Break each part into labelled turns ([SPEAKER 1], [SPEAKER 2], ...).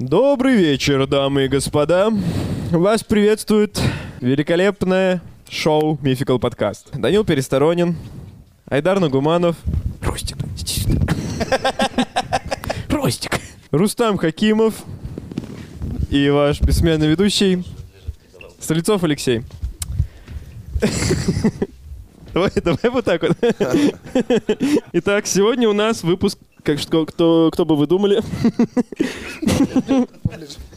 [SPEAKER 1] Добрый вечер, дамы и господа. Вас приветствует великолепное шоу Мификал Подкаст. Данил Пересторонин, Айдар Нагуманов,
[SPEAKER 2] Ростик, иди сюда. Ростик.
[SPEAKER 1] Рустам Хакимов и ваш бессменный ведущий Стрельцов Алексей. Давай, давай вот так вот. Итак, сегодня у нас выпуск, как что, кто, кто бы вы думали?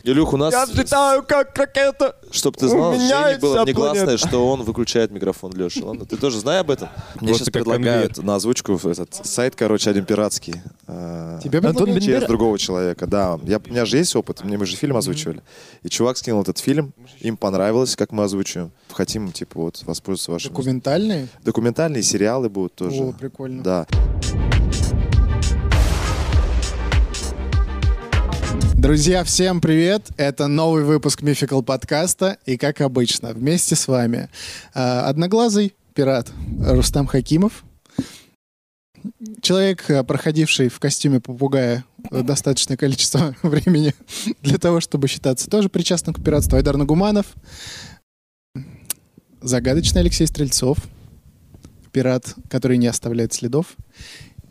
[SPEAKER 3] Илюх, у нас,
[SPEAKER 1] взлетаю, как ракета.
[SPEAKER 3] чтобы ты знал,
[SPEAKER 1] у меня
[SPEAKER 3] Жене было
[SPEAKER 1] вся
[SPEAKER 3] негласное,
[SPEAKER 1] планета.
[SPEAKER 3] что он выключает микрофон, Леша. Ладно, ты тоже знай об этом. Мне
[SPEAKER 1] Вот
[SPEAKER 3] сейчас
[SPEAKER 1] ты как
[SPEAKER 3] предлагают на озвучку в этот сайт, короче, один пиратский. э,
[SPEAKER 1] Антон
[SPEAKER 3] Через
[SPEAKER 1] Бендера.
[SPEAKER 3] другого человека, да. Я, у меня же есть опыт, мне мы же фильм озвучивали. И чувак скинул этот фильм, им понравилось, как мы озвучиваем. Хотим, типа, вот, воспользоваться вашим...
[SPEAKER 2] Документальный?
[SPEAKER 3] Документальные сериалы будут тоже.
[SPEAKER 2] О, прикольно.
[SPEAKER 3] Да.
[SPEAKER 2] Друзья, всем привет! Это новый выпуск Мификал подкаста. И как обычно, вместе с вами э, одноглазый пират Рустам Хакимов. Человек, э, проходивший в костюме попугая э, достаточное количество времени для того, чтобы считаться тоже причастным к пиратству Айдар Нагуманов. Загадочный Алексей Стрельцов. Пират, который не оставляет следов.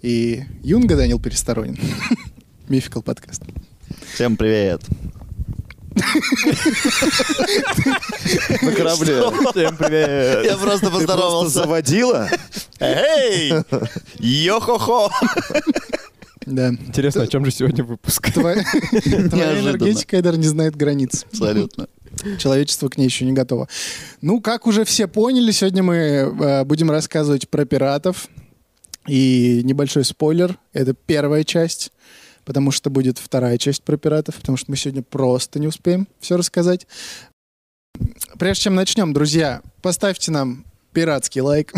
[SPEAKER 2] И Юнга Данил Пересторонин. Мификал подкаст.
[SPEAKER 4] Всем привет.
[SPEAKER 3] На корабле.
[SPEAKER 1] Всем привет.
[SPEAKER 4] Я просто
[SPEAKER 3] Ты просто
[SPEAKER 4] поздоровался.
[SPEAKER 3] заводила?
[SPEAKER 4] Эй! Йо-хо-хо!
[SPEAKER 2] Да.
[SPEAKER 1] Интересно, о чем же сегодня выпуск?
[SPEAKER 2] Твоя, твоя
[SPEAKER 4] Неожиданно.
[SPEAKER 2] энергетика, Эдар, не знает границ.
[SPEAKER 4] Абсолютно.
[SPEAKER 2] Человечество к ней еще не готово. Ну, как уже все поняли, сегодня мы э, будем рассказывать про пиратов. И небольшой спойлер, это первая часть, потому что будет вторая часть про пиратов, потому что мы сегодня просто не успеем все рассказать. Прежде чем начнем, друзья, поставьте нам пиратский лайк,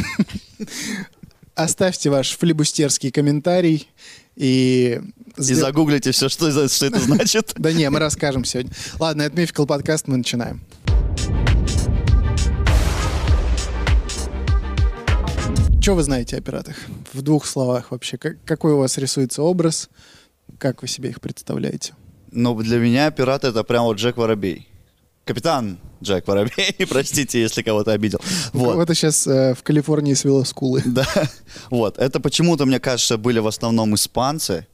[SPEAKER 2] оставьте ваш флибустерский комментарий и...
[SPEAKER 4] И
[SPEAKER 2] сдел-
[SPEAKER 4] загуглите все, что, за- что это значит.
[SPEAKER 2] Да не, мы расскажем сегодня. Ладно, это Мификал подкаст, мы начинаем. Что вы знаете о пиратах? В двух словах вообще. Как- какой у вас рисуется образ? Как вы себе их представляете?
[SPEAKER 4] Но Ну, для меня пират это прям вот Джек Воробей. Капитан Джек Воробей, простите, если кого-то обидел. Вот.
[SPEAKER 2] Вот. то сейчас э, в Калифорнии свело скулы.
[SPEAKER 4] Да, вот. Это почему-то, мне кажется, были в основном испанцы.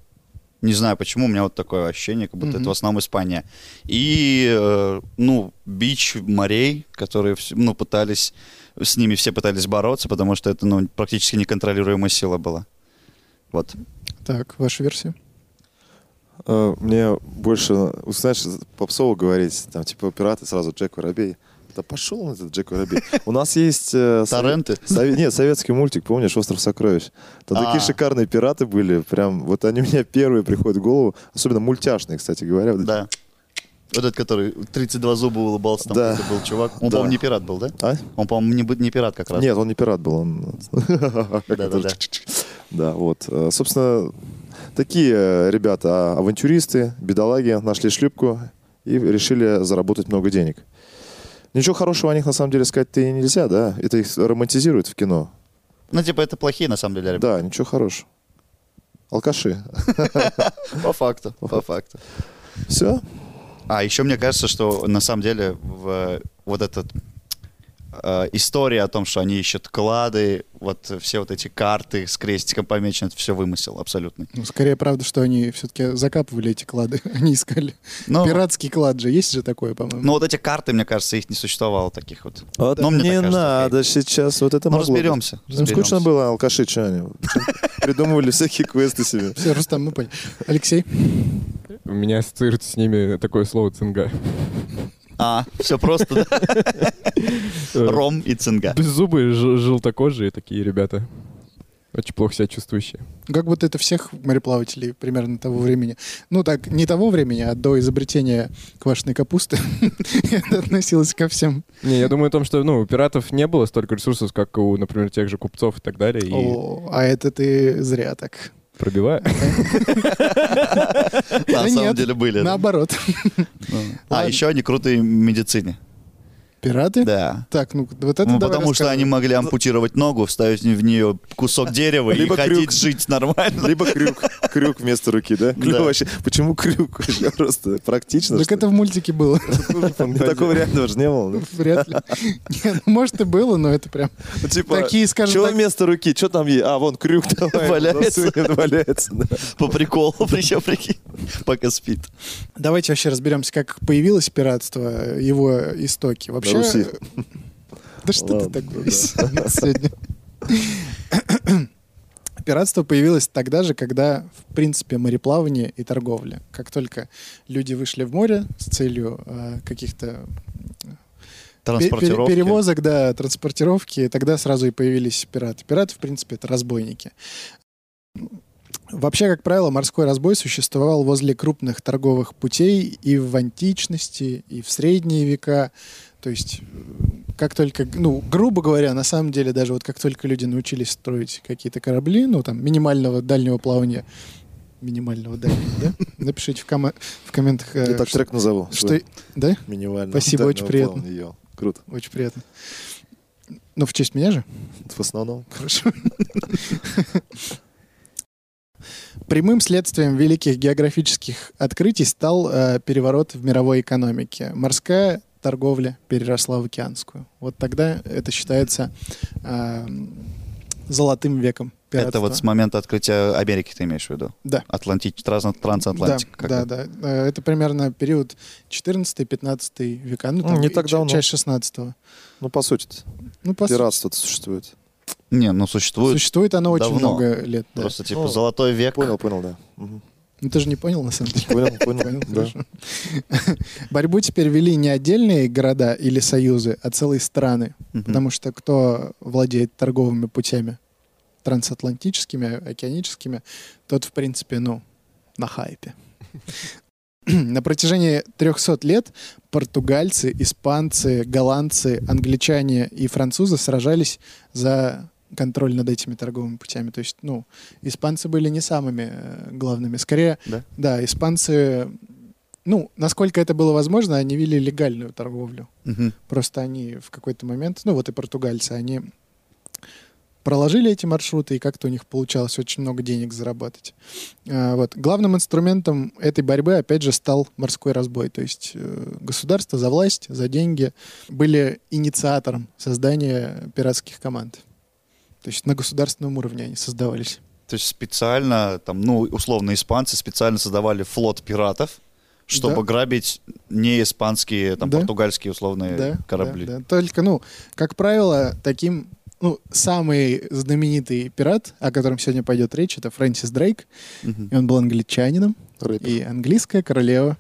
[SPEAKER 4] Не знаю почему, у меня вот такое ощущение, как будто это в основном Испания. И, э, ну, бич морей, которые, вс- ну, пытались, с ними все пытались бороться, потому что это, ну, практически неконтролируемая сила была. Вот.
[SPEAKER 2] Так, вашу версию.
[SPEAKER 3] Э, Мне больше, вот знаешь, попсово говорить, там, типа, пираты сразу Джек Воробей. Да пошел он этот Джек Воробей. У нас есть... э, сове-
[SPEAKER 4] Торренты?
[SPEAKER 3] сове- Нет, советский мультик, помнишь, «Остров сокровищ». Там такие
[SPEAKER 4] А.
[SPEAKER 3] шикарные пираты были, прям, вот они мне первые приходят в голову, особенно мультяшные, кстати говоря. Вот эти-
[SPEAKER 4] Да. Вот этот, который 32 зуба улыбался, там
[SPEAKER 3] Да.
[SPEAKER 4] какой-то был чувак. Он,
[SPEAKER 3] Да.
[SPEAKER 4] по-моему, не пират был, да?
[SPEAKER 3] А?
[SPEAKER 4] Он, по-моему, не, бы- не пират как раз.
[SPEAKER 3] Нет, он не пират был, он...
[SPEAKER 4] Да-да-да.
[SPEAKER 3] Да, вот. Э, Собственно, такие э, ребята, а, авантюристы, бедолаги, нашли шлюпку и решили заработать много денег. Ничего хорошего о них, на самом деле, сказать-то и нельзя, да? Это их романтизирует в кино.
[SPEAKER 4] Ну, типа, это плохие, на самом деле, ребята.
[SPEAKER 3] Да, ничего хорошего. Алкаши.
[SPEAKER 4] По факту, по факту.
[SPEAKER 3] Все?
[SPEAKER 4] А еще мне кажется, что на самом деле в, э, вот эта история о том, что они ищут клады, вот все вот эти карты с крестиком помечены, это все вымысел абсолютный.
[SPEAKER 2] Ну, скорее, правда, что они все-таки закапывали эти клады. Они искали.
[SPEAKER 4] Но,
[SPEAKER 2] Пиратский клад же. Есть же такое, по-моему?
[SPEAKER 4] но вот эти карты, мне кажется, их не существовало таких вот. Но Ну, мне так
[SPEAKER 3] не
[SPEAKER 4] кажется,
[SPEAKER 3] надо сейчас. Вот это
[SPEAKER 4] Ну,
[SPEAKER 3] могло бы.
[SPEAKER 4] разберемся.
[SPEAKER 3] Им скучно
[SPEAKER 4] разберемся.
[SPEAKER 3] было, алкаши, что они? Придумывали всякие квесты себе.
[SPEAKER 2] Все, Рустам, мы поняли. Алексей?
[SPEAKER 1] У меня ассоциируется с ними такое слово цинга.
[SPEAKER 4] А, все просто, да? Ром и цинга.
[SPEAKER 1] Э, Беззубые, ж- желтокожие такие ребята. Очень плохо себя чувствующие.
[SPEAKER 2] Как будто это всех мореплавателей примерно того времени. Ну так, не того времени, а до изобретения квашеной капусты. Это относилось ко всем.
[SPEAKER 1] Не, я думаю о том, что ну, у пиратов не было столько ресурсов, как у, например, тех же купцов и так далее. И
[SPEAKER 2] О, а это ты зря так.
[SPEAKER 1] пробивая.
[SPEAKER 4] На
[SPEAKER 2] Да
[SPEAKER 4] самом
[SPEAKER 2] нет,
[SPEAKER 4] деле были. да.
[SPEAKER 2] Наоборот.
[SPEAKER 4] А,
[SPEAKER 2] Ладно.
[SPEAKER 4] еще они крутые в медицине.
[SPEAKER 2] Пираты?
[SPEAKER 4] Да.
[SPEAKER 2] Так, ну вот это
[SPEAKER 4] Ну,
[SPEAKER 2] давай
[SPEAKER 4] потому что
[SPEAKER 2] рассказывай.
[SPEAKER 4] они могли ампутировать ногу, вставить в нее кусок дерева и
[SPEAKER 3] Либо крюк.
[SPEAKER 4] хотеть жить нормально.
[SPEAKER 3] Либо крюк. Крюк вместо руки, да? Крюк
[SPEAKER 4] Да.
[SPEAKER 3] вообще. Почему крюк? Просто практично.
[SPEAKER 2] Так
[SPEAKER 3] что ли?
[SPEAKER 2] это в мультике было.
[SPEAKER 3] Такого реально же не было. да?
[SPEAKER 2] Вряд ли. Нет, ну, может и было, но это прям...
[SPEAKER 3] Ну, Типа,
[SPEAKER 2] Такие, скажем
[SPEAKER 3] чё
[SPEAKER 2] так-
[SPEAKER 3] вместо руки? Что там есть? А, вон крюк давай.
[SPEAKER 4] Валяется.
[SPEAKER 3] засунем, Валяется, да.
[SPEAKER 4] По приколу, причем, прикинь, пока спит.
[SPEAKER 2] Давайте вообще разберемся, как появилось пиратство, его истоки. Вообще...
[SPEAKER 3] На Руси.
[SPEAKER 2] Да что ты
[SPEAKER 3] Ладно,
[SPEAKER 2] так
[SPEAKER 3] да.
[SPEAKER 2] говоришь сегодня? Пиратство появилось тогда же, когда, в принципе, мореплавание и торговля. Как только люди вышли в море с целью э, каких-то пе- пере-
[SPEAKER 4] Транспортировки.
[SPEAKER 2] перевозок, да, транспортировки, тогда сразу и появились пираты. Пираты, в принципе, это разбойники. Вообще, как правило, морской разбой существовал возле крупных торговых путей и в античности, и в средние века. То есть, э, как только, ну, грубо говоря, на самом деле, даже вот как только люди научились строить какие-то корабли, ну, там, минимального дальнего плавания, минимального дальнего, да? Напишите в, кома- в комментах, э,
[SPEAKER 3] Я так
[SPEAKER 2] что,
[SPEAKER 3] трек назову.
[SPEAKER 2] что- да?
[SPEAKER 3] Минимально.
[SPEAKER 2] Спасибо,
[SPEAKER 3] Да,
[SPEAKER 2] очень
[SPEAKER 3] ну,
[SPEAKER 2] приятно.
[SPEAKER 3] плавно её. Круто.
[SPEAKER 2] Очень приятно. Ну, в честь меня же?
[SPEAKER 3] В основном.
[SPEAKER 2] Хорошо. Прямым следствием великих географических открытий стал э, переворот в мировой экономике. Морская торговля переросла в океанскую. Вот тогда это считается э, золотым веком
[SPEAKER 4] Это
[SPEAKER 2] пиратства.
[SPEAKER 4] вот с момента открытия Америки ты имеешь в виду?
[SPEAKER 2] Да.
[SPEAKER 4] Атлантич, транс- трансатлантик. как
[SPEAKER 2] да,
[SPEAKER 4] это?
[SPEAKER 2] да, да. Э, Это примерно период 14-15 века, ну,
[SPEAKER 3] Ну,
[SPEAKER 2] там
[SPEAKER 3] не
[SPEAKER 2] и
[SPEAKER 3] так
[SPEAKER 2] ч-
[SPEAKER 3] давно.
[SPEAKER 2] часть 16
[SPEAKER 3] Ну, по сути,
[SPEAKER 2] Ну, по сути,
[SPEAKER 3] пиратство существует.
[SPEAKER 4] Не, ну существует.
[SPEAKER 2] существует оно очень
[SPEAKER 4] давно.
[SPEAKER 2] много лет. да.
[SPEAKER 4] Просто типа
[SPEAKER 3] Ну,
[SPEAKER 4] золотой век.
[SPEAKER 3] Понял, понял, да. Мгм.
[SPEAKER 2] Ну, ты же не понял, на самом деле.
[SPEAKER 3] Понял, понял.
[SPEAKER 2] Понял,
[SPEAKER 3] да.
[SPEAKER 2] хорошо. Борьбу теперь вели не отдельные города или союзы, а целые страны.
[SPEAKER 4] Мгм.
[SPEAKER 2] Потому что кто владеет торговыми путями трансатлантическими, океаническими, тот, в принципе, ну, на хайпе. На протяжении 300 лет португальцы, испанцы, голландцы, англичане и французы сражались за контроль над этими торговыми путями. То есть, ну, испанцы были не самыми э, главными. Скорее,
[SPEAKER 4] Да?
[SPEAKER 2] да, испанцы, ну, насколько это было возможно, они вели легальную торговлю.
[SPEAKER 4] Мгм.
[SPEAKER 2] Просто они в какой-то момент, ну вот и португальцы, они проложили эти маршруты, и как-то у них получалось очень много денег заработать. А, вот. Главным инструментом этой борьбы, опять же, стал морской разбой. То есть э, государство за власть, за деньги были инициатором создания пиратских команд. То есть на государственном уровне они создавались.
[SPEAKER 4] То есть специально, там, ну, условно, испанцы специально создавали флот пиратов, чтобы
[SPEAKER 2] Да.
[SPEAKER 4] грабить не испанские, там,
[SPEAKER 2] Да.
[SPEAKER 4] португальские условные
[SPEAKER 2] Да,
[SPEAKER 4] Э, корабли.
[SPEAKER 2] да, да. Только, ну, как правило, таким, ну, самый знаменитый пират, о котором сегодня пойдет речь, это Фрэнсис Дрейк.
[SPEAKER 4] Мгм.
[SPEAKER 2] И он был англичанином,
[SPEAKER 3] Рэпер.
[SPEAKER 2] и английская королева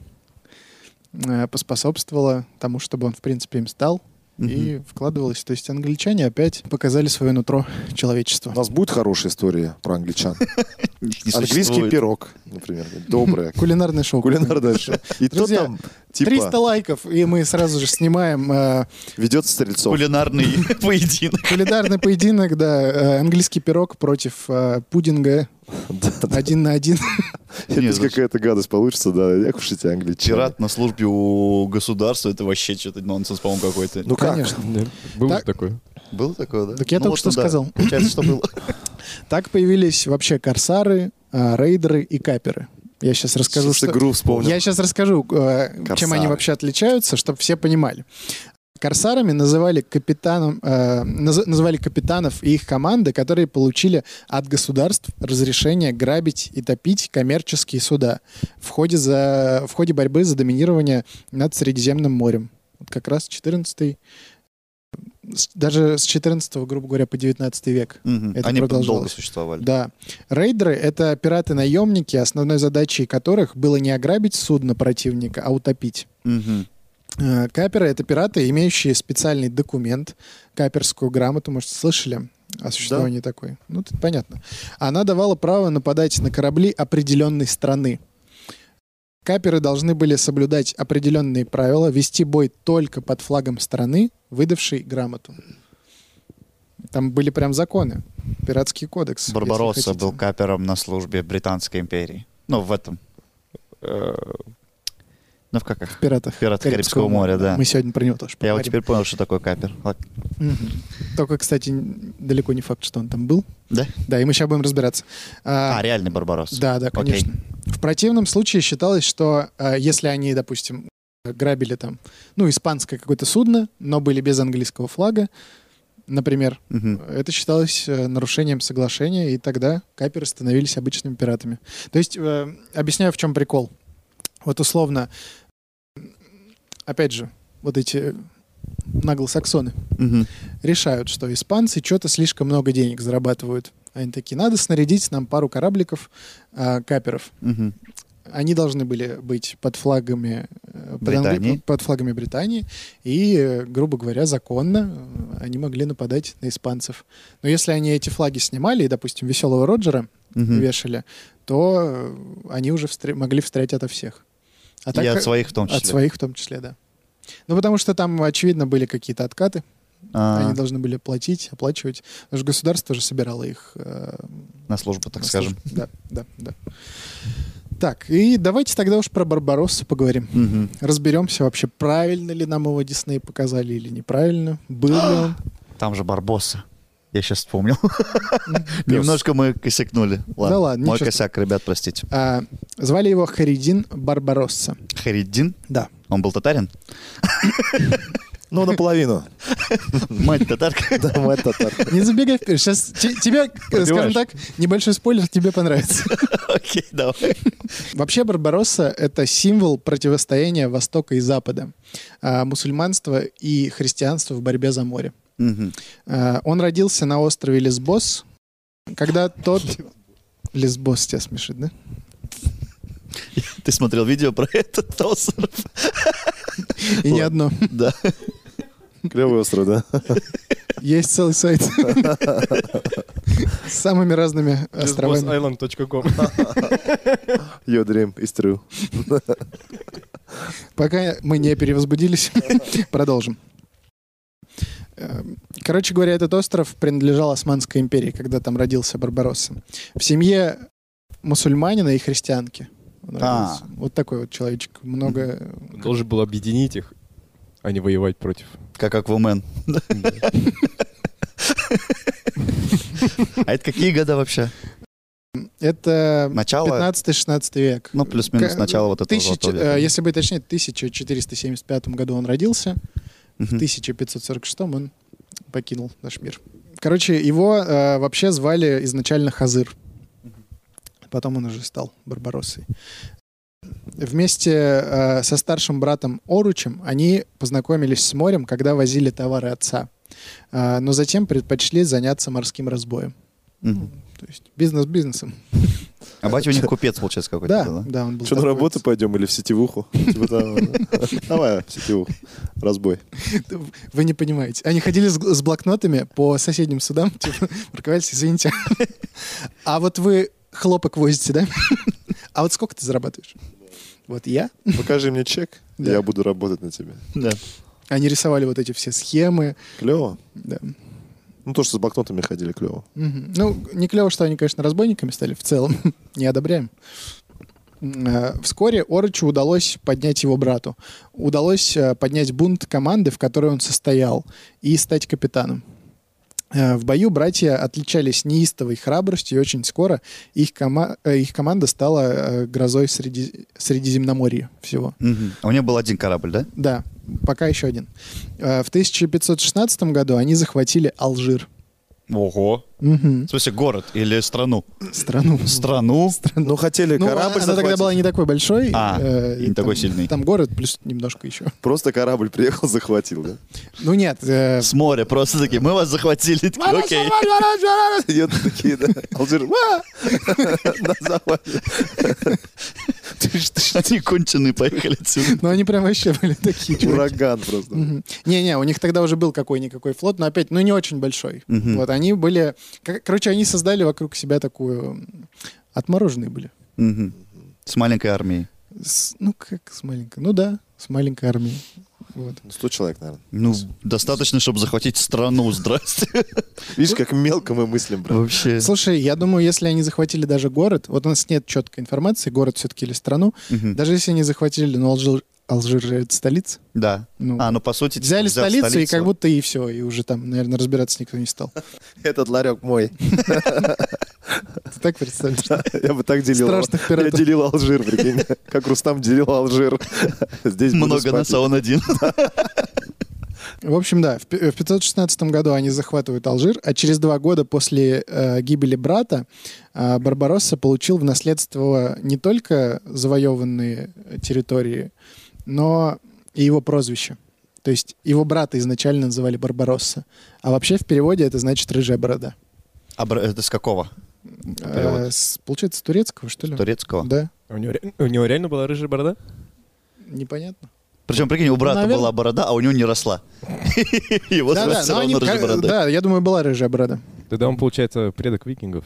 [SPEAKER 2] э, поспособствовала тому, чтобы он, в принципе, им стал. И вкладывалась. То есть англичане опять показали свое нутро человечества.
[SPEAKER 3] У нас будет хорошая история про англичан.
[SPEAKER 4] Их не
[SPEAKER 3] Английский
[SPEAKER 4] существует.
[SPEAKER 3] пирог, например. Доброе.
[SPEAKER 2] Кулинарное шоу.
[SPEAKER 3] Кулинар дальше. И то
[SPEAKER 2] Друзья,
[SPEAKER 3] там, типа,
[SPEAKER 2] 300 лайков, и мы сразу же снимаем э,
[SPEAKER 3] ведется стрельцов.
[SPEAKER 4] Кулинарный поединок.
[SPEAKER 2] кулинарный поединок, да, э, английский пирог против э, пудинга
[SPEAKER 3] Да, да.
[SPEAKER 2] один на один.
[SPEAKER 4] Не,
[SPEAKER 3] Если
[SPEAKER 4] значит-
[SPEAKER 3] какая-то гадость получится, да, я кушайте англичан.
[SPEAKER 4] Пират на службе у государства, это вообще что-то нонсенс, по-моему, какой-то.
[SPEAKER 3] Ну как?
[SPEAKER 2] Конечно.
[SPEAKER 1] Был
[SPEAKER 2] Так.
[SPEAKER 1] же такой.
[SPEAKER 4] Было такое, да?
[SPEAKER 2] Так я
[SPEAKER 4] Ну
[SPEAKER 2] только
[SPEAKER 4] вот
[SPEAKER 2] что
[SPEAKER 4] да.
[SPEAKER 2] сказал.
[SPEAKER 4] Получается, что было.
[SPEAKER 2] Так появились вообще корсары, э, рейдеры и каперы. Я сейчас расскажу,
[SPEAKER 3] Сейчас
[SPEAKER 2] что...
[SPEAKER 3] игру вспомнил.
[SPEAKER 2] Я сейчас расскажу, э, чем
[SPEAKER 3] Корсары.
[SPEAKER 2] они вообще отличаются, чтобы все понимали. Корсарами называли, капитаном, э, наз- называли капитанов и их команды, которые получили от государств разрешение грабить и топить коммерческие суда в ходе, за, в ходе борьбы за доминирование над Средиземным морем. Вот как раз 14 даже с 14 грубо говоря, по 19 век.
[SPEAKER 4] Мгм.
[SPEAKER 2] Это
[SPEAKER 4] Они
[SPEAKER 2] продолжалось.
[SPEAKER 4] долго существовали.
[SPEAKER 2] Да. Рейдеры — это пираты-наемники, основной задачей которых было не ограбить судно противника, а утопить.
[SPEAKER 4] Мгм.
[SPEAKER 2] Э, Каперы — это пираты, имеющие специальный документ, каперскую грамоту, может, слышали о существовании такой? Ну, тут понятно. Она давала право нападать на корабли определенной страны. Каперы должны были соблюдать определенные правила, вести бой только под флагом страны, выдавшей грамоту. Там были прям законы. Пиратский кодекс. если
[SPEAKER 4] Барбаросса
[SPEAKER 2] хотите.
[SPEAKER 4] был капером на службе Британской империи. Ну, в этом. э, Ну, в каках?
[SPEAKER 2] Пиратах.
[SPEAKER 4] Пиратах Карибского моря, да.
[SPEAKER 2] Мы сегодня про него тоже
[SPEAKER 4] Я вот
[SPEAKER 2] поговорим.
[SPEAKER 4] теперь понял, что такое капер. А, Лак-
[SPEAKER 2] Мгм. Только, кстати, н- далеко не факт, что он там был.
[SPEAKER 4] Да?
[SPEAKER 2] Да, и мы сейчас будем разбираться. А,
[SPEAKER 4] А, реальный Барбарос.
[SPEAKER 2] Да, да,
[SPEAKER 4] Окей.
[SPEAKER 2] конечно. В противном случае считалось, что э, если они, допустим, грабили там, ну, испанское какое-то судно, но были без английского флага, например,
[SPEAKER 4] Мгм.
[SPEAKER 2] это считалось э, нарушением соглашения, и тогда каперы становились обычными пиратами. То есть, э, объясняю, в чем прикол. Вот условно, м, опять же, вот эти наглосаксоны
[SPEAKER 4] Мгм.
[SPEAKER 2] решают, что испанцы что-то слишком много денег зарабатывают. Они такие, надо снарядить нам пару корабликов э, каперов.
[SPEAKER 4] Мгм.
[SPEAKER 2] Они должны были быть под флагами э, под англи-
[SPEAKER 4] Британии.
[SPEAKER 2] под флагами Британии, и, э, грубо говоря, законно э, они могли нападать на испанцев. Но если они эти флаги снимали, и, допустим, веселого Роджера
[SPEAKER 4] Мгм.
[SPEAKER 2] вешали, то э, они уже встр- могли встрять ото всех. А
[SPEAKER 4] И
[SPEAKER 2] так,
[SPEAKER 4] от
[SPEAKER 2] э,
[SPEAKER 4] своих в том числе.
[SPEAKER 2] от своих в том числе, да. Ну, потому что там, очевидно, были какие-то откаты.
[SPEAKER 4] А,
[SPEAKER 2] Они должны были платить, оплачивать. Потому что государство же собирало их. э,
[SPEAKER 4] На службу, так
[SPEAKER 2] на
[SPEAKER 4] скажем.
[SPEAKER 2] службу. Да, да, да. Так, и давайте тогда уж про Барбаросса поговорим.
[SPEAKER 4] Мгм.
[SPEAKER 2] Разберемся вообще, правильно ли нам его Дисней показали или неправильно. Был ли он?
[SPEAKER 4] Там же Барбоса. Я сейчас вспомнил.
[SPEAKER 3] Пёс.
[SPEAKER 4] Немножко мы косякнули. Ладно.
[SPEAKER 2] Да ладно,
[SPEAKER 4] Мой
[SPEAKER 2] ничего
[SPEAKER 4] косяк, ребят, простите.
[SPEAKER 2] А, звали его Харидин Барбаросса.
[SPEAKER 4] Хариддин?
[SPEAKER 2] Да.
[SPEAKER 4] Он был татарин?
[SPEAKER 3] Ну, наполовину.
[SPEAKER 4] Мать татарка?
[SPEAKER 3] Да, мать татар.
[SPEAKER 2] Не забегай вперед. Сейчас тебе, э, скажем
[SPEAKER 3] Пробиваешь.
[SPEAKER 2] так, небольшой спойлер тебе понравится.
[SPEAKER 4] Окей, давай.
[SPEAKER 2] Вообще Барбаросса — это символ противостояния Востока и Запада, а, мусульманства и христианства в борьбе за море.
[SPEAKER 4] Мгм.
[SPEAKER 2] А, Он родился на острове Лесбос, когда тот... Лесбос тебя смешит, да?
[SPEAKER 4] Ты смотрел видео про этот остров?
[SPEAKER 2] И не одно.
[SPEAKER 4] Да.
[SPEAKER 3] Клевый остров, да?
[SPEAKER 2] Есть целый сайт с самыми разными
[SPEAKER 4] а
[SPEAKER 2] островами.
[SPEAKER 1] Island.com.
[SPEAKER 3] Your dream is true.
[SPEAKER 2] Пока мы не перевозбудились, продолжим. Э, Короче говоря, этот остров принадлежал Османской империи, когда там родился Барбаросса. В семье мусульманина и христианки. он
[SPEAKER 4] А.
[SPEAKER 2] родился. Вот такой вот человечек. Много...
[SPEAKER 1] Должен был объединить их, а не воевать против.
[SPEAKER 4] Как Аквамен. А это какие года вообще?
[SPEAKER 2] Это
[SPEAKER 4] Начало?
[SPEAKER 2] 15-16 век.
[SPEAKER 4] Ну, плюс-минус
[SPEAKER 2] Ка-
[SPEAKER 4] начало вот этого
[SPEAKER 2] Тысяч-
[SPEAKER 4] золотого
[SPEAKER 2] э,
[SPEAKER 4] века.
[SPEAKER 2] Если быть точнее, в 1475 году он родился, в
[SPEAKER 4] Мгм.
[SPEAKER 2] 1546 он покинул наш мир. Короче, его э, вообще звали изначально Хазыр. Потом он уже стал Барбароссой. Вместе э, со старшим братом Оручем они познакомились с морем, когда возили товары отца. Э, но затем предпочли заняться морским разбоем.
[SPEAKER 4] Мгм.
[SPEAKER 2] То есть бизнес бизнесом.
[SPEAKER 4] А батя у них купец, получается,
[SPEAKER 2] Да,
[SPEAKER 4] какой-то. был,
[SPEAKER 2] да,
[SPEAKER 4] да?
[SPEAKER 2] он был.
[SPEAKER 3] Что, на
[SPEAKER 2] торговец.
[SPEAKER 3] работу пойдем или в сетевуху? Ну, Типа того, да. Давай в сетевуху. Разбой.
[SPEAKER 2] Вы не понимаете. Они ходили с, с блокнотами по соседним судам, типа, руководились, извините. А вот вы хлопок возите, да? А вот сколько ты зарабатываешь? Вот я.
[SPEAKER 3] Покажи мне чек,
[SPEAKER 2] Да.
[SPEAKER 3] я буду работать на тебе.
[SPEAKER 4] Да.
[SPEAKER 2] Они рисовали вот эти все схемы.
[SPEAKER 3] Клево.
[SPEAKER 2] Да.
[SPEAKER 3] Ну, то, что с блокнотами ходили, клево.
[SPEAKER 2] Мгм. Ну, не клево, что они, конечно, разбойниками стали в целом. не одобряем. Э, Вскоре Орочу удалось поднять его брату. Удалось э, поднять бунт команды, в которой он состоял, и стать капитаном. Э, В бою братья отличались неистовой храбростью, и очень скоро их, кома- э, их команда стала э, грозой среди... Средиземноморья всего.
[SPEAKER 4] Мгм. А у него был один корабль, да?
[SPEAKER 2] Да, пока еще один. Э, В 1516 году они захватили Алжир.
[SPEAKER 4] Ого.
[SPEAKER 2] Мгм.
[SPEAKER 4] В смысле, город или страну?
[SPEAKER 2] Страну.
[SPEAKER 4] Страну?
[SPEAKER 3] Ну, хотели
[SPEAKER 2] Ну, она,
[SPEAKER 3] корабль
[SPEAKER 2] она тогда
[SPEAKER 3] захватить.
[SPEAKER 2] была не такой большой.
[SPEAKER 4] А,
[SPEAKER 2] э,
[SPEAKER 4] и не
[SPEAKER 2] там-
[SPEAKER 4] такой сильный.
[SPEAKER 2] Там город плюс немножко еще.
[SPEAKER 3] Просто корабль приехал, захватил, да?
[SPEAKER 2] Ну нет, э,
[SPEAKER 4] С моря просто такие, мы вас захватили. Такие, Окей.
[SPEAKER 3] Идет такие, да. Алжир, «Ва!» На запад.
[SPEAKER 4] Они конченые поехали отсюда.
[SPEAKER 2] но они прям вообще были такие. чуваки.
[SPEAKER 3] Ураган просто.
[SPEAKER 2] Мгм. Не-не, у них тогда уже был какой-никакой флот, но опять, ну не очень большой.
[SPEAKER 4] Мгм.
[SPEAKER 2] Вот они были... кор- Короче, они создали вокруг себя такую... м, Отмороженные были.
[SPEAKER 4] Мгм. С маленькой армией.
[SPEAKER 2] С- ну как с маленькой... Ну да, с маленькой армией. Вот.
[SPEAKER 3] 100 человек, наверное.
[SPEAKER 4] Ну, достаточно, чтобы захватить страну. Здрасте.
[SPEAKER 3] Видишь, как мелко мы мыслим, брат.
[SPEAKER 4] Вообще.
[SPEAKER 2] Э, Слушай, я думаю, если они захватили даже город, вот у нас нет четкой информации, город все-таки или страну,
[SPEAKER 4] Мгм.
[SPEAKER 2] даже если они захватили, ну, Алжир, Алжир же это столица.
[SPEAKER 4] Да.
[SPEAKER 2] Ну,
[SPEAKER 4] А, ну по сути...
[SPEAKER 2] взяли
[SPEAKER 4] взяв
[SPEAKER 2] столицу, и как будто и все, и уже там, наверное, разбираться никто не стал.
[SPEAKER 3] Этот ларек мой.
[SPEAKER 2] Ты так представляешь? да?
[SPEAKER 3] Я бы так делил.
[SPEAKER 2] Страшных
[SPEAKER 3] Я
[SPEAKER 2] пиратов.
[SPEAKER 3] делил Алжир, прикинь. Как Рустам делил Алжир. Здесь буду
[SPEAKER 4] Много
[SPEAKER 3] спать.
[SPEAKER 4] нас, а он один.
[SPEAKER 2] В общем, да, в пи- э, в 516 году они захватывают Алжир, а через два года после э, гибели брата э, Барбаросса получил в наследство не только завоеванные территории, но и его прозвище. То есть его брата изначально называли Барбаросса. А вообще в переводе это значит «рыжая борода».
[SPEAKER 4] А бра- это с какого?
[SPEAKER 2] Э,
[SPEAKER 4] Перевод.
[SPEAKER 2] с- получается, с турецкого, что ли?
[SPEAKER 4] Турецкого.
[SPEAKER 2] Да,
[SPEAKER 1] У него, ре- у него реально была рыжая борода?
[SPEAKER 2] непонятно.
[SPEAKER 4] Причем, прикинь, у брата
[SPEAKER 2] Наверное.
[SPEAKER 4] была борода, а у него не росла. Его
[SPEAKER 2] да, да,
[SPEAKER 4] все
[SPEAKER 2] но ну они
[SPEAKER 4] равно
[SPEAKER 2] как-
[SPEAKER 4] рыжая борода.
[SPEAKER 2] да, я думаю, была рыжая борода.
[SPEAKER 1] Тогда он, получается, предок викингов.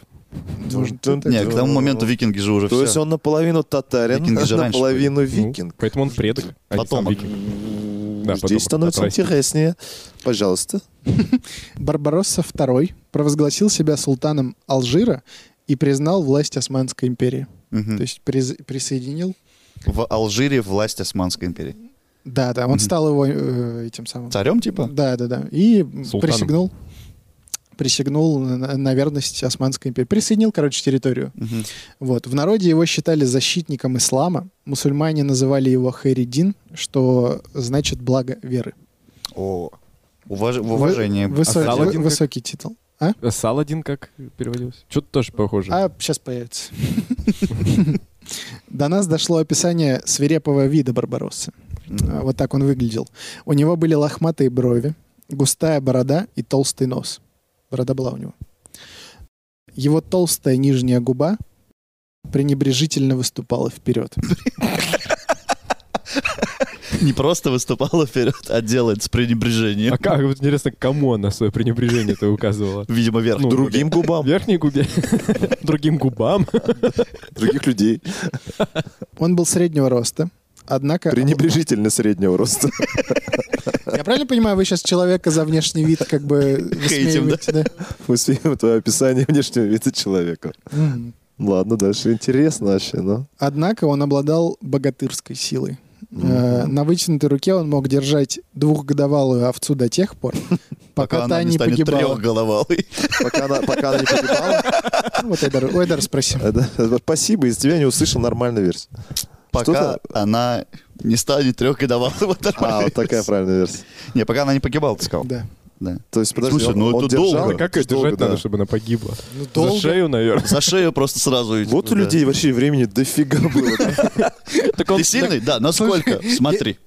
[SPEAKER 2] Может,
[SPEAKER 3] Тун-
[SPEAKER 2] это-
[SPEAKER 4] Не, к тому моменту викинги же уже
[SPEAKER 3] То есть
[SPEAKER 4] все.
[SPEAKER 3] он наполовину татарин,
[SPEAKER 4] Викинги же раньше
[SPEAKER 3] наполовину
[SPEAKER 1] Ну,
[SPEAKER 3] викинг.
[SPEAKER 1] поэтому он предок, а не сам
[SPEAKER 4] Потомок.
[SPEAKER 1] викинг. Да, потом
[SPEAKER 3] Здесь становится
[SPEAKER 1] татарский.
[SPEAKER 3] интереснее. Пожалуйста.
[SPEAKER 2] Барбаросса II провозгласил себя султаном Алжира и признал власть Османской империи. То есть приз- присоединил.
[SPEAKER 4] В Алжире власть Османской империи.
[SPEAKER 2] Да, да, он
[SPEAKER 4] Мгм.
[SPEAKER 2] стал его э, этим самым.
[SPEAKER 4] Царем, типа?
[SPEAKER 2] Да, да, да. И м,
[SPEAKER 1] Султаном.
[SPEAKER 2] присягнул, присягнул на, на верность Османской империи. Присоединил, короче, территорию.
[SPEAKER 4] Мгм.
[SPEAKER 2] Вот. В народе его считали защитником ислама. Мусульмане называли его Хайридин, что значит благо веры.
[SPEAKER 4] О, уваж- в уважении.
[SPEAKER 2] Вы- высо-
[SPEAKER 1] А Саладин
[SPEAKER 2] вы-
[SPEAKER 1] как?
[SPEAKER 2] высокий титул.
[SPEAKER 1] А Саладин как переводился? Что-то тоже похоже.
[SPEAKER 2] А сейчас появится. До нас дошло описание свирепого вида Барбаросса. А,
[SPEAKER 4] Мгм.
[SPEAKER 2] Вот так он выглядел. У него были лохматые брови, густая борода и толстый нос. Борода была у него. Его толстая нижняя губа пренебрежительно выступала вперед.
[SPEAKER 4] Не просто выступала вперед, а делает с пренебрежением.
[SPEAKER 1] А как, вот интересно, кому она свое пренебрежение это указывала?
[SPEAKER 4] Видимо, вверх.
[SPEAKER 1] Ну,
[SPEAKER 3] Другим губам,
[SPEAKER 1] Верхней губе? Другим губам?
[SPEAKER 3] других людей.
[SPEAKER 2] Он был среднего роста, однако...
[SPEAKER 3] Пренебрежительно среднего роста.
[SPEAKER 2] Я правильно понимаю, вы сейчас человека за внешний вид как бы
[SPEAKER 4] Хейтим, да?
[SPEAKER 2] высмеиваете, да?
[SPEAKER 3] Мы снимем твое описание внешнего вида человека.
[SPEAKER 2] М.
[SPEAKER 3] Ладно, дальше интересно вообще, ну.
[SPEAKER 2] Однако он обладал богатырской силой. Э, На вытянутой руке он мог держать двухгодовалую овцу до тех пор, пока
[SPEAKER 4] она
[SPEAKER 2] та не
[SPEAKER 4] станет
[SPEAKER 2] погибала.
[SPEAKER 4] трехголовалой.
[SPEAKER 3] Пока она, пока она не погибала.
[SPEAKER 2] Ну, Вот Эйдар, у Эйдара спроси.
[SPEAKER 3] это- Спасибо, из тебя не услышал нормальную версию.
[SPEAKER 4] Пока она не станет трехголовалой. Вот
[SPEAKER 3] А,
[SPEAKER 4] нормально.
[SPEAKER 3] вот такая правильная версия.
[SPEAKER 4] Не, пока она не погибала, ты сказал.
[SPEAKER 2] Да.
[SPEAKER 4] Да.
[SPEAKER 3] То есть, подожди,
[SPEAKER 4] Слушай,
[SPEAKER 3] он-
[SPEAKER 4] ну
[SPEAKER 3] он
[SPEAKER 4] это
[SPEAKER 3] держал?
[SPEAKER 4] долго.
[SPEAKER 1] А как ее
[SPEAKER 3] Долго,
[SPEAKER 1] держать надо,
[SPEAKER 3] да.
[SPEAKER 1] чтобы она погибла? За
[SPEAKER 2] долго.
[SPEAKER 1] шею, наверное.
[SPEAKER 4] За шею просто сразу. и,
[SPEAKER 3] Вот у
[SPEAKER 4] типа, да.
[SPEAKER 3] людей вообще времени дофига было.
[SPEAKER 1] Так он-
[SPEAKER 4] Ты сильный? Да, насколько? Смотри.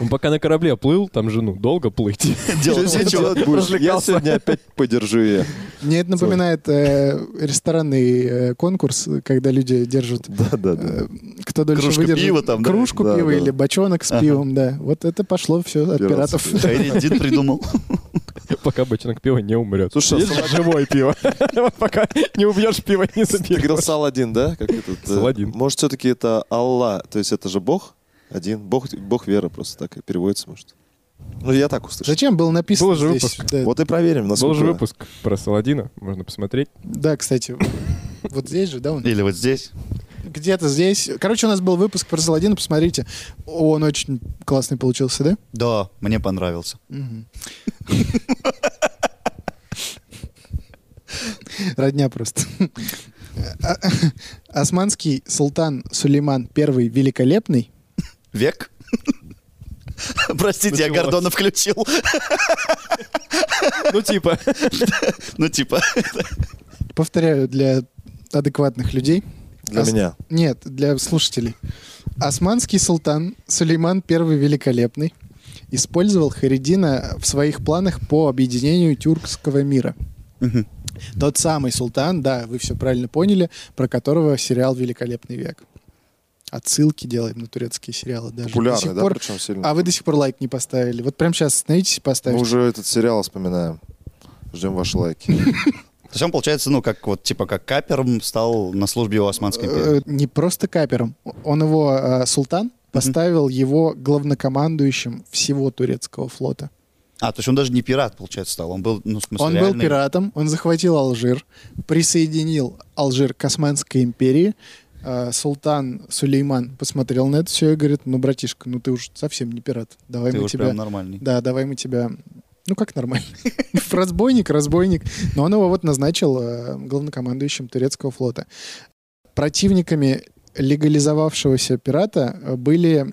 [SPEAKER 1] Он пока на корабле плыл, там жену, долго плыть.
[SPEAKER 4] Делать
[SPEAKER 3] Что
[SPEAKER 4] нечего.
[SPEAKER 3] делать будешь? Я
[SPEAKER 1] Развлекался.
[SPEAKER 3] сегодня опять подержу ее.
[SPEAKER 2] Мне это напоминает э, ресторанный э, конкурс, когда люди держат,
[SPEAKER 3] Да-да-да.
[SPEAKER 2] э, кто дольше
[SPEAKER 4] Кружка
[SPEAKER 2] выдержит
[SPEAKER 4] пива там, да?
[SPEAKER 2] кружку
[SPEAKER 3] Да,
[SPEAKER 2] пива
[SPEAKER 3] да.
[SPEAKER 2] или бочонок с пивом, да. Вот это пошло все от
[SPEAKER 3] Пиратство.
[SPEAKER 2] пиратов.
[SPEAKER 4] Хайреддин придумал.
[SPEAKER 1] Пока бочонок пива не умрет.
[SPEAKER 3] Слушай, а
[SPEAKER 1] Есть же живое пиво. Пока не убьешь пиво, не
[SPEAKER 3] Ты говорил
[SPEAKER 1] забьешь.
[SPEAKER 3] Саладин, да? Как этот, э,
[SPEAKER 1] Саладин.
[SPEAKER 3] Может, все-таки это Аллах, то есть это же Бог? Один. Бог, бог веры просто так и переводится, может. Ну, я так услышал.
[SPEAKER 2] Зачем было написано
[SPEAKER 1] Был же
[SPEAKER 2] здесь?
[SPEAKER 1] выпуск.
[SPEAKER 2] Да,
[SPEAKER 3] Вот и проверим,
[SPEAKER 1] Был
[SPEAKER 3] насколько...
[SPEAKER 1] же выпуск про Саладина, можно посмотреть.
[SPEAKER 2] да, кстати. Вот здесь же, да, он
[SPEAKER 4] Или вот здесь.
[SPEAKER 2] Где-то здесь. Короче, у нас был выпуск про Саладина, посмотрите. Он очень классный получился, да?
[SPEAKER 4] Да, мне понравился.
[SPEAKER 2] Родня просто. А- Османский султан Сулейман I Великолепный.
[SPEAKER 4] Век? Простите, я
[SPEAKER 1] Началось.
[SPEAKER 4] Гордона включил.
[SPEAKER 1] Ну, типа.
[SPEAKER 4] Ну, типа,
[SPEAKER 2] Повторяю, для адекватных людей.
[SPEAKER 3] Для
[SPEAKER 2] Ос-
[SPEAKER 3] меня.
[SPEAKER 2] Нет, для слушателей. Османский султан Сулейман I Великолепный использовал Харидина в своих планах по объединению тюркского мира.
[SPEAKER 4] Мгм.
[SPEAKER 2] Тот самый султан, да, вы все правильно поняли, про которого сериал «Великолепный век». Отсылки делаем на турецкие сериалы даже. До
[SPEAKER 3] Популярный,
[SPEAKER 2] сих
[SPEAKER 3] да,
[SPEAKER 2] пор-
[SPEAKER 3] причем сильно.
[SPEAKER 2] А вы до сих пор лайк не поставили. Вот прямо сейчас остановитесь и
[SPEAKER 3] Мы
[SPEAKER 2] поставьте.
[SPEAKER 3] Ну, уже этот сериал вспоминаем. Ждем ваши лайки.
[SPEAKER 4] То есть он, получается, ну, как вот, типа, как капером стал на службе у Османской империи.
[SPEAKER 2] Э, не просто капером. Он его, э, султан, поставил его главнокомандующим всего турецкого флота.
[SPEAKER 4] А, то есть он даже не пират, получается, стал. Он был, ну, в смысле,
[SPEAKER 2] Он был
[SPEAKER 4] реальный.
[SPEAKER 2] пиратом, он захватил Алжир, присоединил Алжир к Османской империи, э, Султан Сулейман посмотрел на это все и говорит, ну, братишка, ну ты уж совсем не пират. Давай
[SPEAKER 4] Ты
[SPEAKER 2] мы
[SPEAKER 4] уж
[SPEAKER 2] тебя...
[SPEAKER 4] прям нормальный.
[SPEAKER 2] Да, давай мы тебя... Ну, как нормально. Разбойник, разбойник. Но он его вот назначил э, главнокомандующим турецкого флота. Противниками легализовавшегося пирата э, были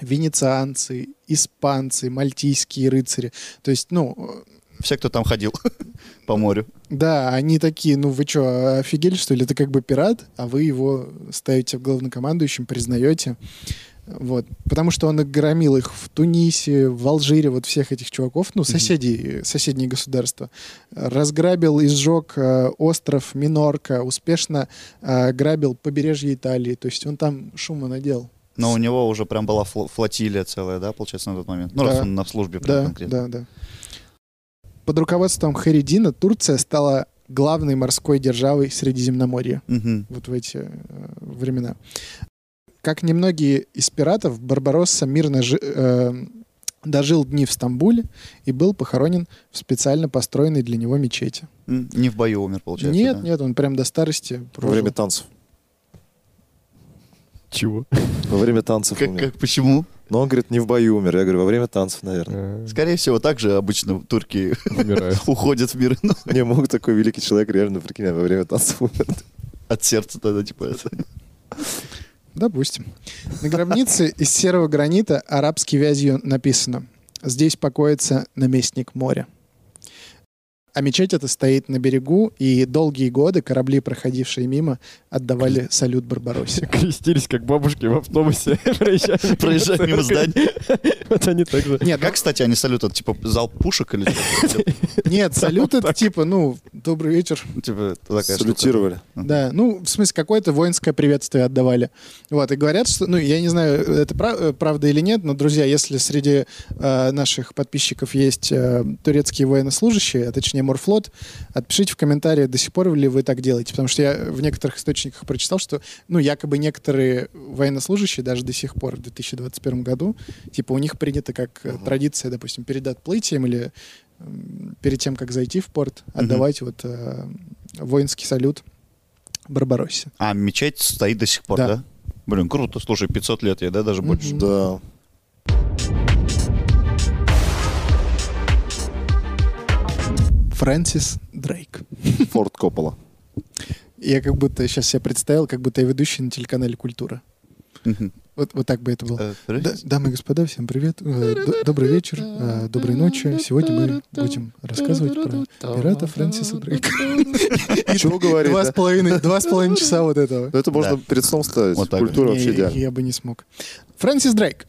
[SPEAKER 2] венецианцы, испанцы, мальтийские рыцари. То есть, ну,
[SPEAKER 4] Все, кто там ходил по морю.
[SPEAKER 2] да, они такие, ну вы что, офигели, что ли? Это как бы пират, а вы его ставите в главнокомандующем, признаете. Вот. Потому что он громил их в Тунисе, в Алжире, вот всех этих чуваков, ну, соседей, соседние государства. Разграбил и сжег э, остров Минорка, успешно э, грабил побережье Италии. То есть он там шума надел.
[SPEAKER 4] Но у него уже прям была фло- флотилия целая, да, получается, на тот момент. Ну,
[SPEAKER 2] Да.
[SPEAKER 4] раз он на службе прям
[SPEAKER 2] Да,
[SPEAKER 4] конкретно.
[SPEAKER 2] да, да. Под руководством Харидина Турция стала главной морской державой Средиземноморья.
[SPEAKER 4] Мгм.
[SPEAKER 2] вот в эти э, времена. Как немногие из пиратов, Барбаросса мирно жи- э, дожил дни в Стамбуле и был похоронен в специально построенной для него мечети.
[SPEAKER 4] М, Не в бою умер, получается.
[SPEAKER 2] нет,
[SPEAKER 4] да?
[SPEAKER 2] нет, он прям до старости
[SPEAKER 3] Во
[SPEAKER 2] прожил.
[SPEAKER 3] время танцев.
[SPEAKER 1] Чего?
[SPEAKER 3] Во время танцев
[SPEAKER 4] Как,
[SPEAKER 3] умер.
[SPEAKER 4] как- почему?
[SPEAKER 3] Но он говорит, не в бою умер. Я говорю, во время танцев, наверное.
[SPEAKER 1] Э,
[SPEAKER 4] Скорее всего, так же обычно турки
[SPEAKER 1] Умираю.
[SPEAKER 4] уходят в мир ну,
[SPEAKER 3] Не мог такой великий человек реально, прикинь, во время танцев умер.
[SPEAKER 4] от сердца тогда, типа, это.
[SPEAKER 2] Допустим. На гробнице из серого гранита арабской вязью написано «Здесь покоится наместник моря». А мечеть эта стоит на берегу, и долгие годы корабли, проходившие мимо, отдавали салют Барбароссе.
[SPEAKER 1] Крестились, как бабушки в автобусе. Проезжали
[SPEAKER 4] Проезжали мимо здания.
[SPEAKER 1] Вот они так же.
[SPEAKER 2] Нет, ну,
[SPEAKER 4] Как, кстати, они салют, это типа зал пушек или что-то?
[SPEAKER 2] Нет, салют это типа, ну, добрый вечер.
[SPEAKER 4] типа такая штука.
[SPEAKER 3] Салютировали.
[SPEAKER 2] Да, ну, в смысле, какое-то воинское приветствие отдавали. Вот, и говорят, что, ну, я не знаю, это прав- э, правда или нет, но, друзья, если среди э, наших подписчиков есть э, турецкие военнослужащие, а точнее морфлот, отпишите в комментарии, до сих пор ли вы так делаете, потому что я в некоторых источниках прочитал, что, ну, якобы некоторые военнослужащие даже до сих пор в 2021 году, типа, у них принято как э, традиция, допустим, перед отплытием или м, перед тем, как зайти в порт,
[SPEAKER 4] Мгм.
[SPEAKER 2] отдавать вот э, воинский салют Барбароссе.
[SPEAKER 4] А мечеть стоит до сих пор,
[SPEAKER 2] Да.
[SPEAKER 4] да? Блин, круто, слушай, 500 лет ей, да, даже
[SPEAKER 2] Мгм.
[SPEAKER 4] больше.
[SPEAKER 3] Да.
[SPEAKER 2] Фрэнсис Дрейк.
[SPEAKER 3] Форт Коппола.
[SPEAKER 2] Я как будто сейчас себя представил, как будто я ведущий на телеканале «Культура».
[SPEAKER 4] Мгм.
[SPEAKER 2] Вот, вот так бы это было.
[SPEAKER 4] Э,
[SPEAKER 2] Да-
[SPEAKER 4] прелесть.
[SPEAKER 2] дамы и господа, всем привет. Э, д- добрый вечер, э, доброй ночи. Сегодня мы будем рассказывать про пирата Фрэнсиса Дрейка.
[SPEAKER 3] А чего говорить?
[SPEAKER 2] Два
[SPEAKER 3] да?
[SPEAKER 2] с половиной, два с половиной часа вот этого.
[SPEAKER 3] Ну, это можно
[SPEAKER 4] Да.
[SPEAKER 3] перед сном ставить.
[SPEAKER 4] Вот так вот.
[SPEAKER 3] Культура вообще
[SPEAKER 2] Не, я,
[SPEAKER 3] идеальна.
[SPEAKER 2] бы не смог. Фрэнсис Дрейк.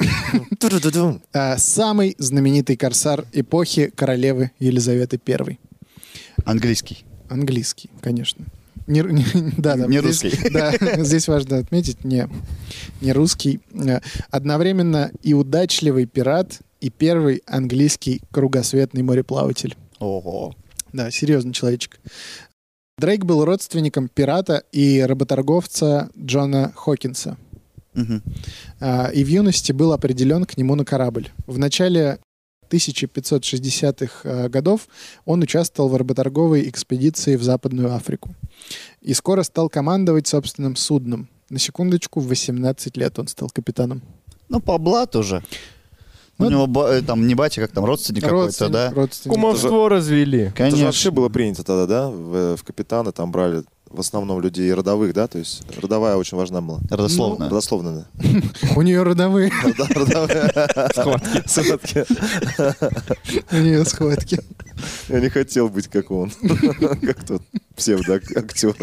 [SPEAKER 3] Ту-ду-ду-дум.
[SPEAKER 2] э, Самый знаменитый корсар эпохи королевы Елизаветы I.
[SPEAKER 4] Английский.
[SPEAKER 2] Английский, конечно. Не, ру- не- да, да,
[SPEAKER 4] Не
[SPEAKER 2] здесь-
[SPEAKER 4] русский.
[SPEAKER 2] Да, здесь важно отметить, не, не русский. Э, Одновременно и удачливый пират, и первый английский кругосветный мореплаватель.
[SPEAKER 4] Ого.
[SPEAKER 2] Да, серьезный человечек. Дрейк был родственником пирата и работорговца Джона Хокинса.
[SPEAKER 4] Мгм.
[SPEAKER 2] А, и в юности был определен к нему на корабль. В начале 1560-х э, годов он участвовал в работорговой экспедиции в Западную Африку и скоро стал командовать собственным судном. На секундочку, в 18 лет он стал капитаном.
[SPEAKER 4] Ну, по блату же.
[SPEAKER 2] Ну,
[SPEAKER 4] У него ба- э, там не батя, как там, родственник какой-то,
[SPEAKER 2] Родственник,
[SPEAKER 4] да?
[SPEAKER 2] родственник.
[SPEAKER 1] Кумовство развели.
[SPEAKER 3] Это же
[SPEAKER 4] Конечно.
[SPEAKER 3] вообще было принято тогда, да? В, в капитаны там брали в основном людей родовых, да? То есть родовая очень важна была.
[SPEAKER 2] Ну,
[SPEAKER 4] Родословно.
[SPEAKER 3] Родословная,
[SPEAKER 2] У нее родовые,
[SPEAKER 3] да. Рода- Родовая. Схватки.
[SPEAKER 2] у нее схватки.
[SPEAKER 3] Я не хотел быть как он. Как тот псевдоактер.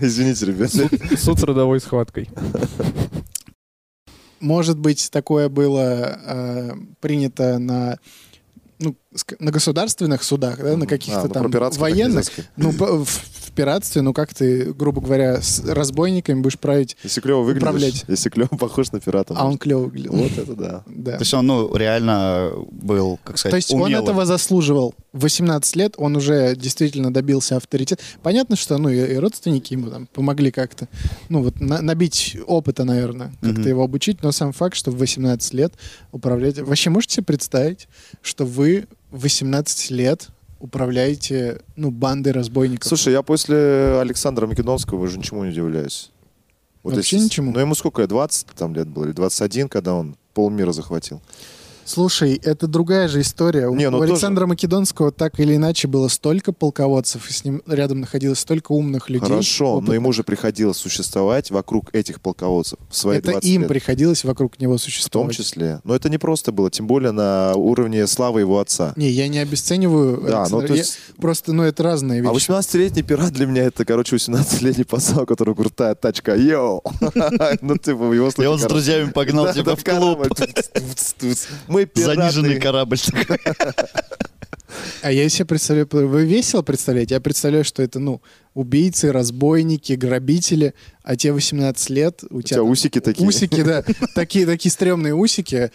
[SPEAKER 3] Извините, ребята.
[SPEAKER 1] Суд с родовой схваткой.
[SPEAKER 2] Может быть, такое было э, принято на, ну, ск- на государственных судах, да, э, на каких-то
[SPEAKER 3] А, ну, про
[SPEAKER 2] там
[SPEAKER 3] пиратских так
[SPEAKER 2] военных.
[SPEAKER 3] нельзя сказать.
[SPEAKER 2] Ну, п- в, в пиратстве, ну как ты, грубо говоря, с разбойниками будешь править,
[SPEAKER 3] Если клево выглядишь,
[SPEAKER 2] Управлять.
[SPEAKER 3] если клево похож на пирата.
[SPEAKER 2] а он
[SPEAKER 3] может.
[SPEAKER 2] клево выглядел.
[SPEAKER 3] Вот это да.
[SPEAKER 2] Да.
[SPEAKER 4] То есть он, ну, реально был, как сказать,
[SPEAKER 2] То есть он
[SPEAKER 4] умелым.
[SPEAKER 2] этого заслуживал. В 18 лет он уже действительно добился авторитета. Понятно, что ну и, и родственники ему там помогли как-то, ну вот на- набить опыта, наверное, как-то
[SPEAKER 4] Мгм.
[SPEAKER 2] его обучить, но сам факт, что в 18 лет управлять... Вообще можете себе представить, что вы в 18 лет управляете, ну, бандой разбойников.
[SPEAKER 3] Слушай, я после Александра Македонского уже ничему не удивляюсь.
[SPEAKER 2] Вообще ничему?
[SPEAKER 3] Ну, ему сколько, 20 там лет было, или 21, когда он полмира захватил.
[SPEAKER 2] Слушай, это другая же история. У-
[SPEAKER 3] Не, ну
[SPEAKER 2] у
[SPEAKER 3] тоже.
[SPEAKER 2] Александра Македонского так или иначе было столько полководцев, и с ним рядом находилось столько умных людей.
[SPEAKER 3] Хорошо,
[SPEAKER 2] опытных.
[SPEAKER 3] но ему же приходилось существовать вокруг этих полководцев в свои
[SPEAKER 2] это
[SPEAKER 3] 20
[SPEAKER 2] им
[SPEAKER 3] лет.
[SPEAKER 2] приходилось вокруг него
[SPEAKER 3] В том
[SPEAKER 2] существовать.
[SPEAKER 3] числе. Но это не просто было, тем более на уровне славы его отца.
[SPEAKER 2] Не, я не обесцениваю.
[SPEAKER 3] Да,
[SPEAKER 2] Александра.
[SPEAKER 3] ну, то
[SPEAKER 2] Я-
[SPEAKER 3] есть-
[SPEAKER 2] Просто, ну, это разные
[SPEAKER 3] А
[SPEAKER 2] вещи.
[SPEAKER 3] 18-летний пират для меня это, короче, 18-летний пацан, у которого крутая тачка. Йоу! Ну, типа, в его
[SPEAKER 4] И
[SPEAKER 3] случае
[SPEAKER 4] он с
[SPEAKER 3] корабль.
[SPEAKER 4] друзьями погнал
[SPEAKER 3] Да, да,
[SPEAKER 4] тебя в клуб.
[SPEAKER 3] корабль. Туц-туц-туц. Мы
[SPEAKER 4] Заниженный
[SPEAKER 3] пираты.
[SPEAKER 4] корабль. такой.
[SPEAKER 2] А я себе представляю, вы весело представляете? Я представляю, что это, ну, убийцы, разбойники, грабители, а те 18 лет, у
[SPEAKER 3] У тебя
[SPEAKER 2] тебя там
[SPEAKER 3] усики такие.
[SPEAKER 2] усики, да, такие, такие стрёмные усики,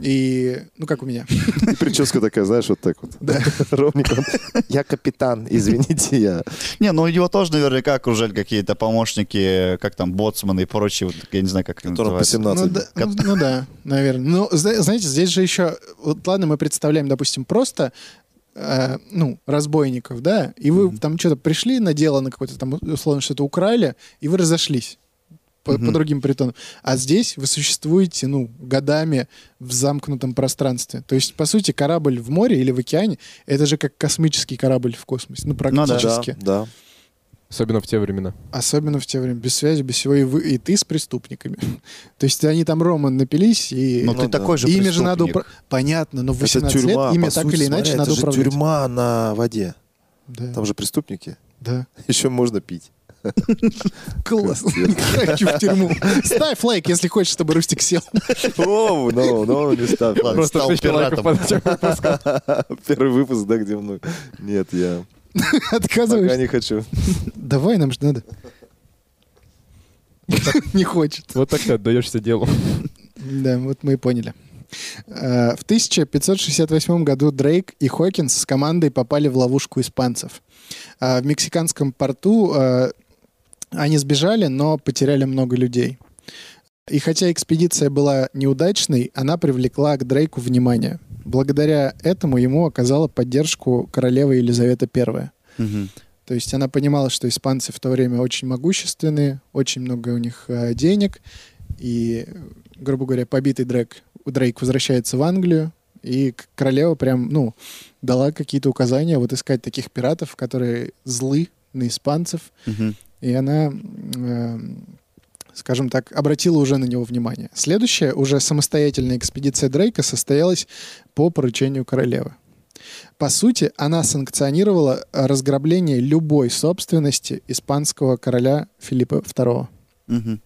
[SPEAKER 2] и, ну, как у меня.
[SPEAKER 3] И прическа такая, знаешь, вот так вот. Ровненько. Я капитан, извините, я.
[SPEAKER 4] Не, ну его тоже наверняка окружали какие-то помощники, как там, боцманы и прочие, вот, я не знаю, как это
[SPEAKER 3] Которому по
[SPEAKER 4] называется.
[SPEAKER 3] 17.
[SPEAKER 2] Ну, да, ну, ну да, наверное. Ну, зна- знаете, здесь же еще... Вот ладно, мы представляем, допустим, просто э, ну, разбойников, да, и вы там что-то пришли на дело на какое-то там, условно, что-то украли, и вы разошлись по, по
[SPEAKER 4] Мгм.
[SPEAKER 2] другим притонам. А здесь вы существуете, ну, годами в замкнутом пространстве. То есть, по сути, корабль в море или в океане — это же как космический корабль в космосе, ну,
[SPEAKER 4] да.
[SPEAKER 2] практически.
[SPEAKER 3] Да,
[SPEAKER 1] Особенно в те времена.
[SPEAKER 2] Особенно в те времена. Без связи, без всего. И, вы, и ты с преступниками. То есть они там, Рома, напились, и...
[SPEAKER 4] Но
[SPEAKER 3] Ну
[SPEAKER 4] ты
[SPEAKER 3] да.
[SPEAKER 4] такой же
[SPEAKER 2] Ими же
[SPEAKER 4] преступник.
[SPEAKER 2] надо упра- Понятно, но в
[SPEAKER 3] да. Это
[SPEAKER 2] 18
[SPEAKER 3] тюрьма,
[SPEAKER 2] лет ими
[SPEAKER 3] по
[SPEAKER 2] так
[SPEAKER 3] сути,
[SPEAKER 2] или иначе
[SPEAKER 3] смотри,
[SPEAKER 2] надо
[SPEAKER 3] Это же
[SPEAKER 2] управлять.
[SPEAKER 3] тюрьма на воде.
[SPEAKER 2] Да,
[SPEAKER 3] Там же преступники.
[SPEAKER 2] да.
[SPEAKER 3] Еще можно пить.
[SPEAKER 2] Класс. Хочу в тюрьму. Ставь лайк, если хочешь, чтобы Рустик сел.
[SPEAKER 3] Оу, но, но не ставь.
[SPEAKER 4] Ладно,
[SPEAKER 3] Ладно,
[SPEAKER 1] Просто
[SPEAKER 4] стал
[SPEAKER 1] тысяча лайков
[SPEAKER 4] пиратом.
[SPEAKER 1] под этим выпуском.
[SPEAKER 3] Первый выпуск, да, где мной. Нет, я пока
[SPEAKER 2] Отказываешься.
[SPEAKER 3] не хочу.
[SPEAKER 2] Давай, нам же надо. Не хочет.
[SPEAKER 1] Вот так ты отдаешься делу.
[SPEAKER 2] Да, вот мы и поняли. Э, В 1568 году Дрейк и Хокинс с командой попали в ловушку испанцев. Э, В мексиканском порту э, они сбежали, но потеряли много людей. И хотя экспедиция была неудачной, она привлекла к Дрейку внимание. Благодаря этому ему оказала поддержку королева Елизавета I.
[SPEAKER 4] Мгм.
[SPEAKER 2] То есть она понимала, что испанцы в то время очень могущественные, очень много у них э, денег, и, грубо говоря, побитый Дрейк, Дрейк возвращается в Англию, и к- королева прям, ну, дала какие-то указания вот искать таких пиратов, которые злы на испанцев,
[SPEAKER 4] Мгм.
[SPEAKER 2] и она, эм, скажем так, обратила уже на него внимание. Следующая уже самостоятельная экспедиция Дрейка состоялась по поручению королевы. По сути, она санкционировала э, разграбление любой собственности испанского короля Филиппа II.
[SPEAKER 4] Мгм.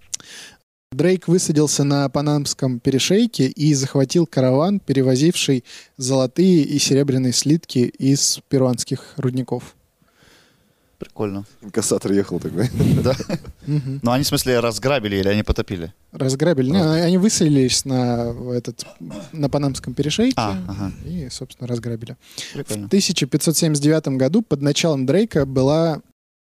[SPEAKER 2] Дрейк высадился на Панамском перешейке и захватил караван, перевозивший золотые и серебряные слитки из перуанских рудников.
[SPEAKER 4] Прикольно.
[SPEAKER 3] Инкассатор ехал такой.
[SPEAKER 4] Да.
[SPEAKER 2] Мгм.
[SPEAKER 4] Ну они, в смысле, разграбили или они потопили?
[SPEAKER 2] Разграбили. Не, они выселились на этот на Панамском перешейке
[SPEAKER 4] А, ага.
[SPEAKER 2] и, собственно, разграбили. В
[SPEAKER 4] Прикольно.
[SPEAKER 2] 1579 году под началом Дрейка была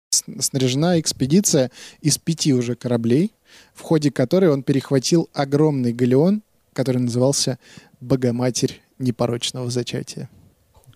[SPEAKER 2] с- снаряжена экспедиция из пяти уже кораблей, в ходе которой он перехватил огромный галеон, который назывался «Богоматерь непорочного зачатия».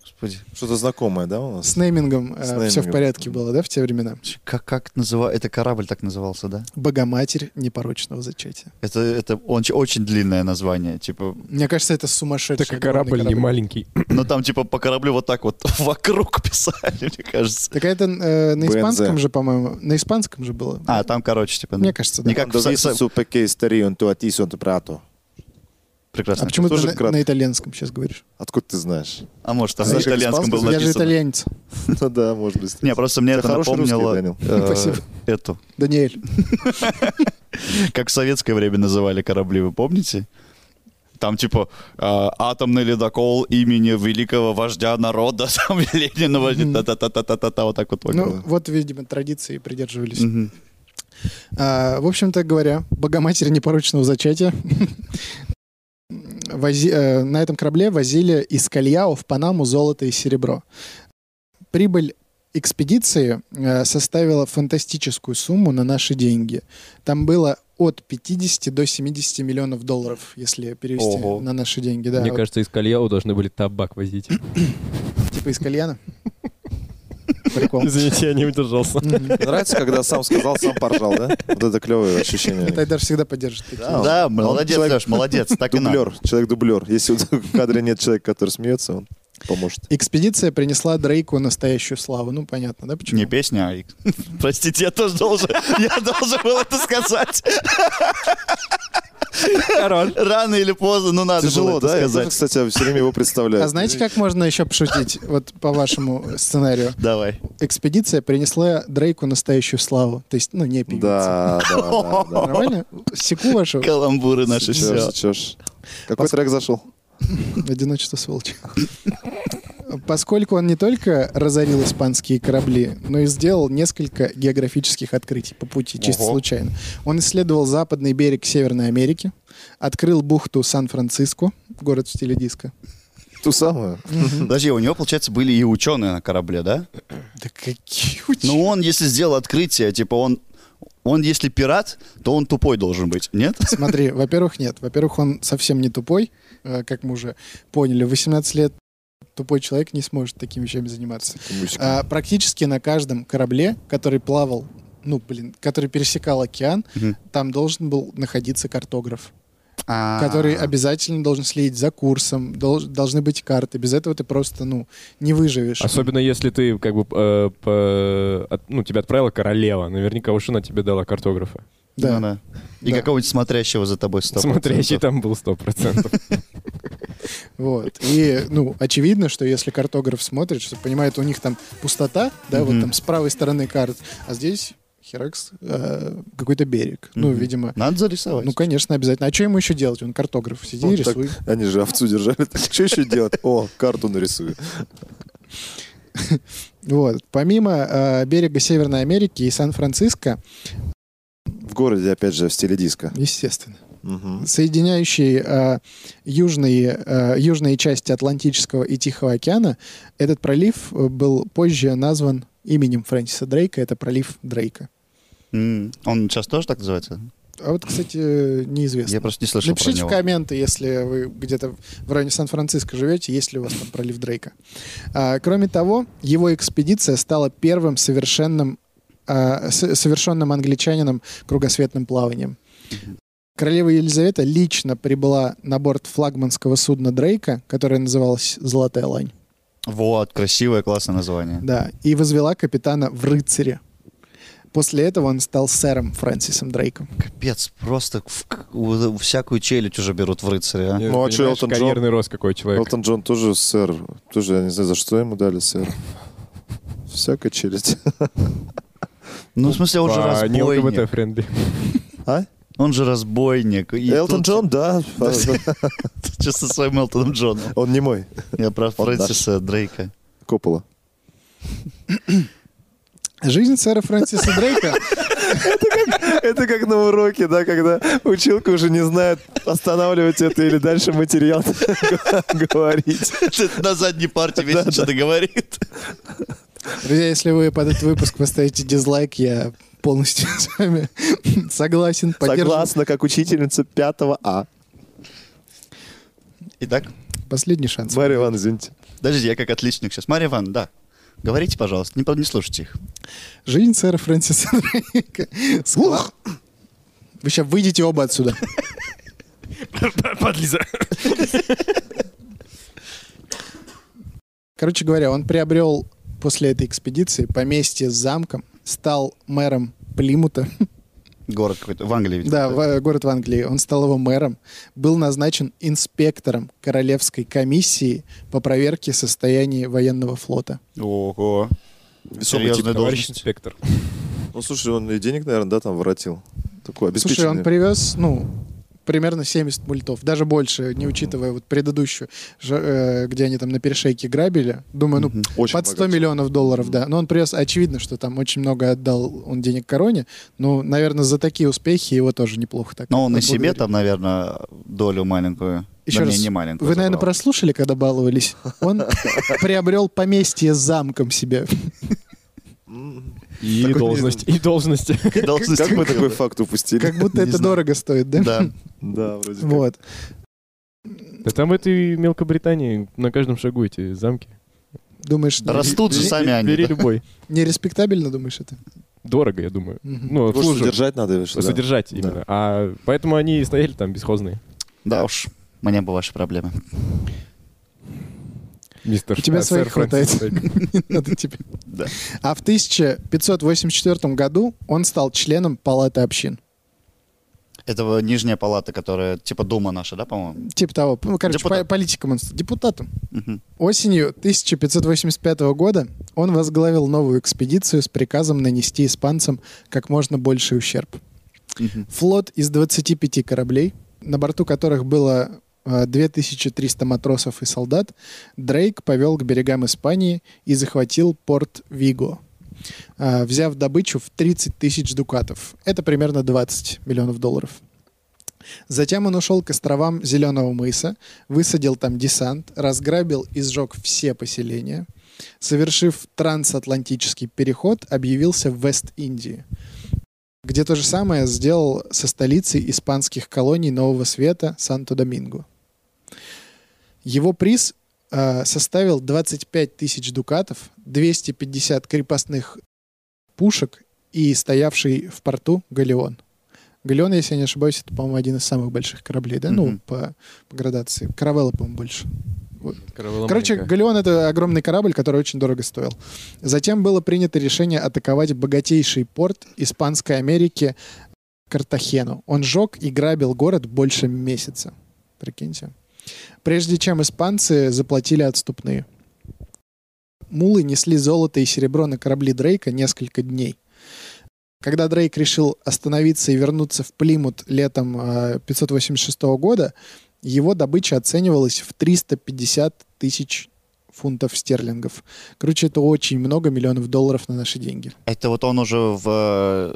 [SPEAKER 4] Господи.
[SPEAKER 3] Что-то знакомое, да, у
[SPEAKER 2] С
[SPEAKER 3] нас?
[SPEAKER 2] неймингом,
[SPEAKER 3] С
[SPEAKER 2] все в
[SPEAKER 3] неймингом.
[SPEAKER 2] порядке было, да, в те времена?
[SPEAKER 4] Как, как называл? Это корабль так назывался, да?
[SPEAKER 2] «Богоматерь непорочного зачатия».
[SPEAKER 4] Это, это он- очень длинное название. Типа,
[SPEAKER 2] Мне кажется, это сумасшедший
[SPEAKER 1] Так и
[SPEAKER 2] огромный
[SPEAKER 1] корабль не маленький.
[SPEAKER 4] ну там типа по кораблю вот так вот вокруг писали, мне кажется.
[SPEAKER 2] Так это э, на
[SPEAKER 3] БНЗ.
[SPEAKER 2] испанском же, по-моему, на испанском же было.
[SPEAKER 4] А, там, короче, типа...
[SPEAKER 2] Мне кажется, да.
[SPEAKER 4] не как в со- со-
[SPEAKER 2] А
[SPEAKER 4] Прекрасно.
[SPEAKER 2] А почему ты
[SPEAKER 3] тоже
[SPEAKER 2] на,
[SPEAKER 3] кратко.
[SPEAKER 2] на итальянском сейчас говоришь?
[SPEAKER 3] Откуда ты знаешь?
[SPEAKER 4] А может, там на
[SPEAKER 3] Знаешь, как
[SPEAKER 4] итальянском
[SPEAKER 3] испанский?
[SPEAKER 4] было
[SPEAKER 2] Я же
[SPEAKER 4] написано.
[SPEAKER 2] итальянец.
[SPEAKER 3] Ну да, может быть.
[SPEAKER 4] Не, просто мне
[SPEAKER 3] Ты
[SPEAKER 4] это
[SPEAKER 3] хороший русский,
[SPEAKER 4] напомнило
[SPEAKER 3] Данил.
[SPEAKER 4] э,
[SPEAKER 2] Спасибо.
[SPEAKER 4] эту,
[SPEAKER 2] Даниэль. Ну,
[SPEAKER 4] как в советское время называли корабли, вы помните? Там типа э, атомный ледокол имени великого вождя народа, там Ленина,
[SPEAKER 2] Мгм.
[SPEAKER 4] та та та та та та вот так вот.
[SPEAKER 2] Ну,
[SPEAKER 4] около.
[SPEAKER 2] вот, видимо, традиции придерживались.
[SPEAKER 4] Мгм.
[SPEAKER 2] А, в общем-то говоря, Богоматерь непорочного зачатия. Вози- э, на этом корабле возили из Кальяо в Панаму золото и серебро. Прибыль экспедиции э, составила фантастическую сумму на наши деньги. Там было от 50 до 70 миллионов долларов, если перевести
[SPEAKER 4] Ого.
[SPEAKER 2] на наши деньги. Да,
[SPEAKER 1] Мне
[SPEAKER 2] Вот
[SPEAKER 1] кажется, из Кальяу должны были табак возить.
[SPEAKER 2] типа из кальяна. прикол.
[SPEAKER 1] Извините, я не удержался.
[SPEAKER 3] Э, Нравится, когда сам сказал, сам поржал, да? Вот это клевое ощущение.
[SPEAKER 2] Тайдар всегда поддержит такие.
[SPEAKER 3] Да, он-
[SPEAKER 4] Да,
[SPEAKER 3] он
[SPEAKER 4] молодец,
[SPEAKER 3] человек-
[SPEAKER 4] Леш, молодец, так и надо.
[SPEAKER 3] Дублер, человек-дублер. Если вот в кадре нет человека, который смеется, он поможет.
[SPEAKER 2] Экспедиция принесла Дрейку настоящую славу. Ну, понятно, да, почему?
[SPEAKER 4] Не песня, а... Простите, я тоже должен, я должен был это сказать.
[SPEAKER 1] Хорош.
[SPEAKER 4] Рано или поздно, ну надо было
[SPEAKER 3] Тяжело,
[SPEAKER 4] это
[SPEAKER 3] да? Я тоже,
[SPEAKER 4] сказать.
[SPEAKER 3] кстати, все время его представляю.
[SPEAKER 2] А знаете, как можно еще пошутить, вот по вашему сценарию?
[SPEAKER 4] Давай.
[SPEAKER 2] Экспедиция принесла Дрейку настоящую славу. То есть, ну, не певица.
[SPEAKER 3] Да, да, да, да.
[SPEAKER 2] Нормально? Секу вашу
[SPEAKER 4] Каламбуры
[SPEAKER 3] Сечешь,
[SPEAKER 4] наши все.
[SPEAKER 3] сечешь. Какой трек зашел?
[SPEAKER 2] одиночество сволочи. Поскольку он не только разорил испанские корабли, но и сделал несколько географических открытий по пути, чисто
[SPEAKER 4] Ого.
[SPEAKER 2] случайно. Он исследовал западный берег Северной Америки, открыл бухту Сан-Франциско, город в стиле диско.
[SPEAKER 3] Ту самую.
[SPEAKER 4] Подожди, у него, получается, были и ученые на корабле, да?
[SPEAKER 2] Да какие
[SPEAKER 4] Ну он, если сделал открытие, типа он... Он, если пират, то он тупой должен быть, нет?
[SPEAKER 2] Смотри, во-первых, нет. Во-первых, он совсем не тупой, э, как мы уже поняли. В 18 лет тупой человек не сможет такими вещами заниматься.
[SPEAKER 3] Мусика.
[SPEAKER 2] А, практически на каждом корабле, который плавал, ну, блин, который пересекал океан,
[SPEAKER 4] Мгм.
[SPEAKER 2] там должен был находиться картограф,
[SPEAKER 3] А,
[SPEAKER 4] А.
[SPEAKER 2] который обязательно должен следить за курсом, долж- должны быть карты. Без этого ты просто, ну, не выживешь.
[SPEAKER 1] Особенно если ты, как бы, э, по- от- ну, тебя отправила королева. Наверняка уж она тебе дала картографа.
[SPEAKER 2] Да.
[SPEAKER 4] Ну И
[SPEAKER 2] Да.
[SPEAKER 4] какого-нибудь смотрящего за тобой сто
[SPEAKER 1] Смотрящий
[SPEAKER 4] процентов.
[SPEAKER 1] там был 100%.
[SPEAKER 2] Вот. И, ну, очевидно, что если картограф смотрит, что понимает, у них там пустота, да, вот
[SPEAKER 4] Мгм.
[SPEAKER 2] там с правой стороны карт, а здесь херакс э, какой-то берег. Ну,
[SPEAKER 4] Мгм.
[SPEAKER 2] видимо.
[SPEAKER 4] Надо зарисовать.
[SPEAKER 2] Ну, конечно, обязательно. А что ему еще делать? Он картограф. Сиди
[SPEAKER 3] Ну,
[SPEAKER 2] и
[SPEAKER 3] так-
[SPEAKER 2] рисуй.
[SPEAKER 3] Они же овцу держали. Так что еще делать? О, карту нарисую.
[SPEAKER 2] Вот. Помимо э, берега Северной Америки и Сан-Франциско,
[SPEAKER 3] В городе, опять же, в стиле диска.
[SPEAKER 2] естественно,
[SPEAKER 3] Мгм.
[SPEAKER 2] соединяющие э, южные, э, южные части Атлантического и Тихого океана, этот пролив э, был позже назван именем Фрэнсиса Дрейка. Это пролив Дрейка.
[SPEAKER 4] М, Он сейчас тоже так называется?
[SPEAKER 2] А вот, кстати, э, неизвестно.
[SPEAKER 4] Я просто не слышал про
[SPEAKER 2] Напишите
[SPEAKER 4] него.
[SPEAKER 2] в комменты, если вы где-то в районе Сан-Франциско живете, есть ли у вас там пролив Дрейка. А, кроме того, его экспедиция стала первым совершенным, а, с- совершенным англичанином кругосветным плаванием. Королева Елизавета лично прибыла на борт флагманского судна Дрейка, которое называлось «Золотая лань».
[SPEAKER 4] Вот, красивое, классное название.
[SPEAKER 2] Да, и возвела капитана в рыцаре. После этого он стал сэром Фрэнсисом Дрейком.
[SPEAKER 4] Капец, просто в- к- у- всякую челюсть уже берут в рыцаря. а.
[SPEAKER 3] Ну, а чё,
[SPEAKER 1] Понимаешь,
[SPEAKER 3] Элтон Джон?
[SPEAKER 1] Карьерный рост какой человек.
[SPEAKER 3] Элтон Джон тоже сэр. Тоже, я не знаю, за что ему дали сэр. Всякая челюсть.
[SPEAKER 4] Ну, в смысле, он же
[SPEAKER 1] По- не
[SPEAKER 4] разбойник. Ну,
[SPEAKER 1] ЛГБТ-френдли.
[SPEAKER 3] А?
[SPEAKER 4] Он же разбойник. И
[SPEAKER 3] Элтон
[SPEAKER 4] тут-
[SPEAKER 3] Джон, да.
[SPEAKER 4] тут Чисто со своим Элтоном Джоном.
[SPEAKER 3] Он не мой.
[SPEAKER 4] Я про
[SPEAKER 3] Он наш.
[SPEAKER 4] Фрэнсиса Дрейка.
[SPEAKER 3] Коппола.
[SPEAKER 2] Жизнь сэра Фрэнсиса Дрейка
[SPEAKER 3] Это как на уроке, да, когда училка уже не знает, останавливать это или дальше материал говорить.
[SPEAKER 4] На задней парте вечно что-то говорит.
[SPEAKER 2] Друзья, если вы под этот выпуск поставите дизлайк, я полностью с вами согласен, поддерживаю.
[SPEAKER 3] Согласна, как учительница 5 А.
[SPEAKER 4] Итак,
[SPEAKER 2] Последний шанс.
[SPEAKER 3] Марья Ивановна, извините.
[SPEAKER 4] подождите, я как отличник сейчас. Марья Ивановна, да. Говорите, пожалуйста, не, по- не слушайте их.
[SPEAKER 2] Жизнь сэра Фрэнсиса Дрейка. Склад- Вы сейчас выйдете оба отсюда.
[SPEAKER 1] Подлиза.
[SPEAKER 2] Короче говоря, он приобрел после этой экспедиции поместье с замком, стал мэром Плимута,
[SPEAKER 4] Город какой-то в Англии. видимо,
[SPEAKER 2] да, в- э, город в Англии, он стал его мэром, был назначен инспектором Королевской комиссии по проверке состояния военного флота.
[SPEAKER 4] Ого. Серьезная
[SPEAKER 1] Товарищ
[SPEAKER 4] должность.
[SPEAKER 1] инспектор.
[SPEAKER 3] Ну, слушай, он и денег, наверное, да, там воротил. Такой
[SPEAKER 2] Слушай,
[SPEAKER 3] обеспеченный.
[SPEAKER 2] он привез, ну, примерно 70 мультов, даже больше, не учитывая вот предыдущую, ж- э, где они там на перешейке грабили. Думаю, ну,
[SPEAKER 4] Мгм.
[SPEAKER 3] Очень
[SPEAKER 2] под 100
[SPEAKER 3] богат.
[SPEAKER 2] миллионов долларов, да. Но он привез, очевидно, что там очень много отдал он денег Короне, но, наверное, за такие успехи его тоже неплохо так.
[SPEAKER 4] Но он и себе
[SPEAKER 2] отблагодарили.
[SPEAKER 4] там, наверное, долю маленькую.
[SPEAKER 2] Еще
[SPEAKER 4] Да не,
[SPEAKER 2] раз,
[SPEAKER 4] не маленькую.
[SPEAKER 2] Вы, наверное,
[SPEAKER 4] забрал.
[SPEAKER 2] прослушали, когда баловались. Он приобрел поместье с замком себе.
[SPEAKER 3] М.
[SPEAKER 1] И
[SPEAKER 3] Такой
[SPEAKER 1] должность. И должность.
[SPEAKER 4] Должность.
[SPEAKER 3] Как мы такой факт упустили?
[SPEAKER 2] Как будто
[SPEAKER 4] Не
[SPEAKER 2] это
[SPEAKER 4] знаю.
[SPEAKER 2] дорого стоит, да?
[SPEAKER 4] Да.
[SPEAKER 3] Да, вроде как.
[SPEAKER 2] Вот.
[SPEAKER 1] Да там в этой Мелкобритании на каждом шагу эти замки.
[SPEAKER 2] Думаешь, не-
[SPEAKER 4] Растут же
[SPEAKER 2] не-
[SPEAKER 4] сами они.
[SPEAKER 1] Бери
[SPEAKER 4] да.
[SPEAKER 1] любой.
[SPEAKER 2] нереспектабельно, думаешь, это?
[SPEAKER 1] Дорого, я думаю.
[SPEAKER 2] Мгм.
[SPEAKER 1] Ну,
[SPEAKER 3] Потому что
[SPEAKER 1] слушай,
[SPEAKER 3] держать надо. или что, да.
[SPEAKER 1] содержать
[SPEAKER 3] Да.
[SPEAKER 1] именно. А поэтому они и стояли там бесхозные.
[SPEAKER 4] Да уж, мне бы ваши проблемы.
[SPEAKER 1] Мистер
[SPEAKER 2] У тебя
[SPEAKER 1] а,
[SPEAKER 2] своих
[SPEAKER 1] сэр Фрэнсис Бэкон.
[SPEAKER 2] Не надо тебе.
[SPEAKER 4] Да.
[SPEAKER 2] А в 1584 году он стал членом Палаты общин.
[SPEAKER 4] Это вот нижняя палата, которая типа Дума наша, да, по-моему?
[SPEAKER 2] Типа того. Ну, короче,
[SPEAKER 4] Депутат.
[SPEAKER 2] по- политиком он стал. Депутатом.
[SPEAKER 4] Мгм.
[SPEAKER 2] Осенью 1585 года он возглавил новую экспедицию с приказом нанести испанцам как можно больший ущерб.
[SPEAKER 4] Мгм.
[SPEAKER 2] Флот из 25 кораблей, на борту которых было э, 2300 матросов и солдат, Дрейк повел к берегам Испании и захватил порт Виго, э, взяв добычу в 30 тысяч дукатов. Это примерно 20 миллионов долларов. Затем он ушел к островам Зеленого мыса, высадил там десант, разграбил и сжег все поселения. Совершив трансатлантический переход, объявился в Вест-Индии где то же самое сделал со столицей испанских колоний Нового Света Санто-Доминго. Его приз э, составил 25 тысяч дукатов, 250 крепостных пушек и стоявший в порту галеон. Галеон, если я не ошибаюсь, это, по-моему, один из самых больших кораблей, да? Ну,
[SPEAKER 4] Мгм.
[SPEAKER 2] по, по градации. Каравелла, по-моему, больше.
[SPEAKER 1] Каравелла
[SPEAKER 2] Короче,
[SPEAKER 1] Манька.
[SPEAKER 2] галеон — это огромный корабль, который очень дорого стоил. Затем было принято решение атаковать богатейший порт Испанской Америки Картахену. Он жег и грабил город больше месяца. Прикиньте. Прежде чем испанцы заплатили отступные. Мулы несли золото и серебро на корабли Дрейка несколько дней. Когда Дрейк решил остановиться и вернуться в Плимут летом э, 586 года, его добыча оценивалась в 350 тысяч фунтов стерлингов. Короче, это очень много миллионов долларов на наши деньги.
[SPEAKER 4] Это вот он уже в,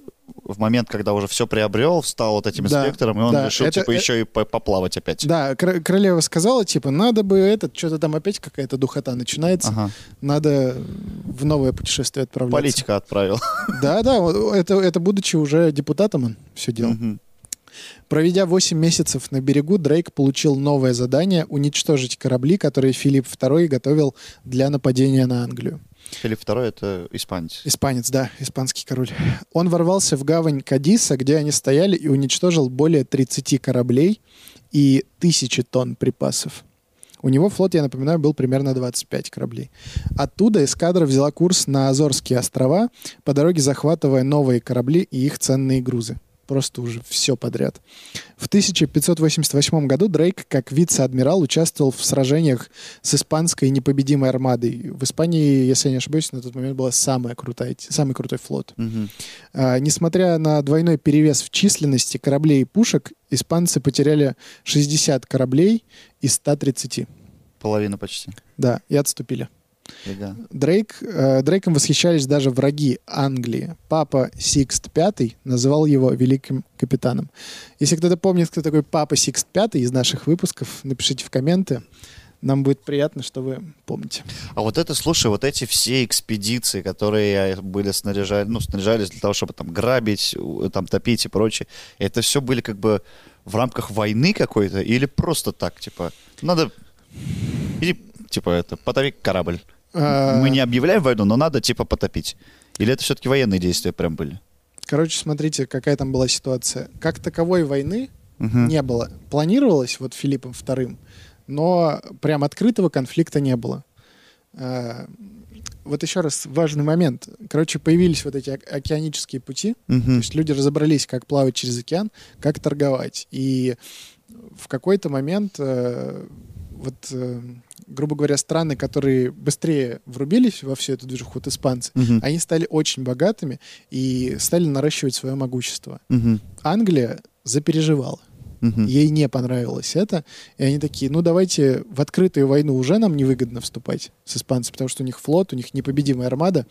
[SPEAKER 4] э, в момент, когда уже все приобрел, встал вот этим
[SPEAKER 2] Да,
[SPEAKER 4] инспектором, и он
[SPEAKER 2] да,
[SPEAKER 4] решил,
[SPEAKER 2] это-
[SPEAKER 4] типа,
[SPEAKER 2] э-
[SPEAKER 4] еще и по- поплавать опять.
[SPEAKER 2] Да, кра- королева сказала, типа, надо бы этот, что-то там опять какая-то духота начинается,
[SPEAKER 4] Ага.
[SPEAKER 2] надо в новое путешествие отправляться.
[SPEAKER 4] Политика отправил.
[SPEAKER 2] Да, да, вот это, это будучи уже депутатом он все делал.
[SPEAKER 4] Мгм.
[SPEAKER 2] Проведя 8 месяцев на берегу, Дрейк получил новое задание уничтожить корабли, которые Филипп II готовил для нападения на Англию.
[SPEAKER 4] Филипп II — это испанец.
[SPEAKER 2] Испанец, да, испанский король. Он ворвался в гавань Кадиса, где они стояли, и уничтожил более 30 кораблей и тысячи тонн припасов. У него флот, я напоминаю, был примерно 25 кораблей. Оттуда эскадра взяла курс на Азорские острова, по дороге захватывая новые корабли и их ценные грузы. Просто уже все подряд. В 1588 году Дрейк, как вице-адмирал, участвовал в сражениях с испанской непобедимой армадой. В Испании, если я не ошибаюсь, на тот момент была самая крутая, т- самый крутой флот.
[SPEAKER 4] Мгм.
[SPEAKER 2] А, несмотря на двойной перевес в численности кораблей и пушек, испанцы потеряли 60 кораблей из 130.
[SPEAKER 4] Половина почти.
[SPEAKER 2] Да, и отступили.
[SPEAKER 4] Фига.
[SPEAKER 2] Дрейк, э, Дрейком восхищались даже враги Англии. Папа Сикст V называл его великим капитаном. Если кто-то помнит, кто такой Папа Сикст V из наших выпусков, напишите в комменты. Нам будет приятно, что вы помните.
[SPEAKER 4] А вот это, слушай, вот эти все экспедиции, которые были снаряжали, ну, снаряжались для того, чтобы там грабить, у- там топить и прочее, это все были как бы в рамках войны какой-то или просто так, типа, надо, иди, типа, это, потопи корабль.
[SPEAKER 2] А,
[SPEAKER 4] Мы не объявляем войну, но надо, типа, потопить. Или это все-таки военные действия прям были?
[SPEAKER 2] Короче, смотрите, какая там была ситуация. Как таковой войны
[SPEAKER 4] Мгм.
[SPEAKER 2] не было. Планировалось вот Филиппом II, но прям открытого конфликта не было. А, Вот еще раз важный момент. Короче, появились вот эти ок- океанические пути, то
[SPEAKER 4] Мгм.
[SPEAKER 2] есть люди разобрались, как плавать через океан, как торговать. И в какой-то момент, э, вот, э, грубо говоря, страны, которые быстрее врубились во всю эту движуху, вот испанцы,
[SPEAKER 4] Мгм.
[SPEAKER 2] они стали очень богатыми и стали наращивать свое могущество.
[SPEAKER 4] Мгм.
[SPEAKER 2] Англия запереживала.
[SPEAKER 4] Мгм.
[SPEAKER 2] Ей не понравилось это. И они такие, ну давайте в открытую войну уже нам невыгодно вступать с испанцами, потому что у них флот, у них непобедимая армада.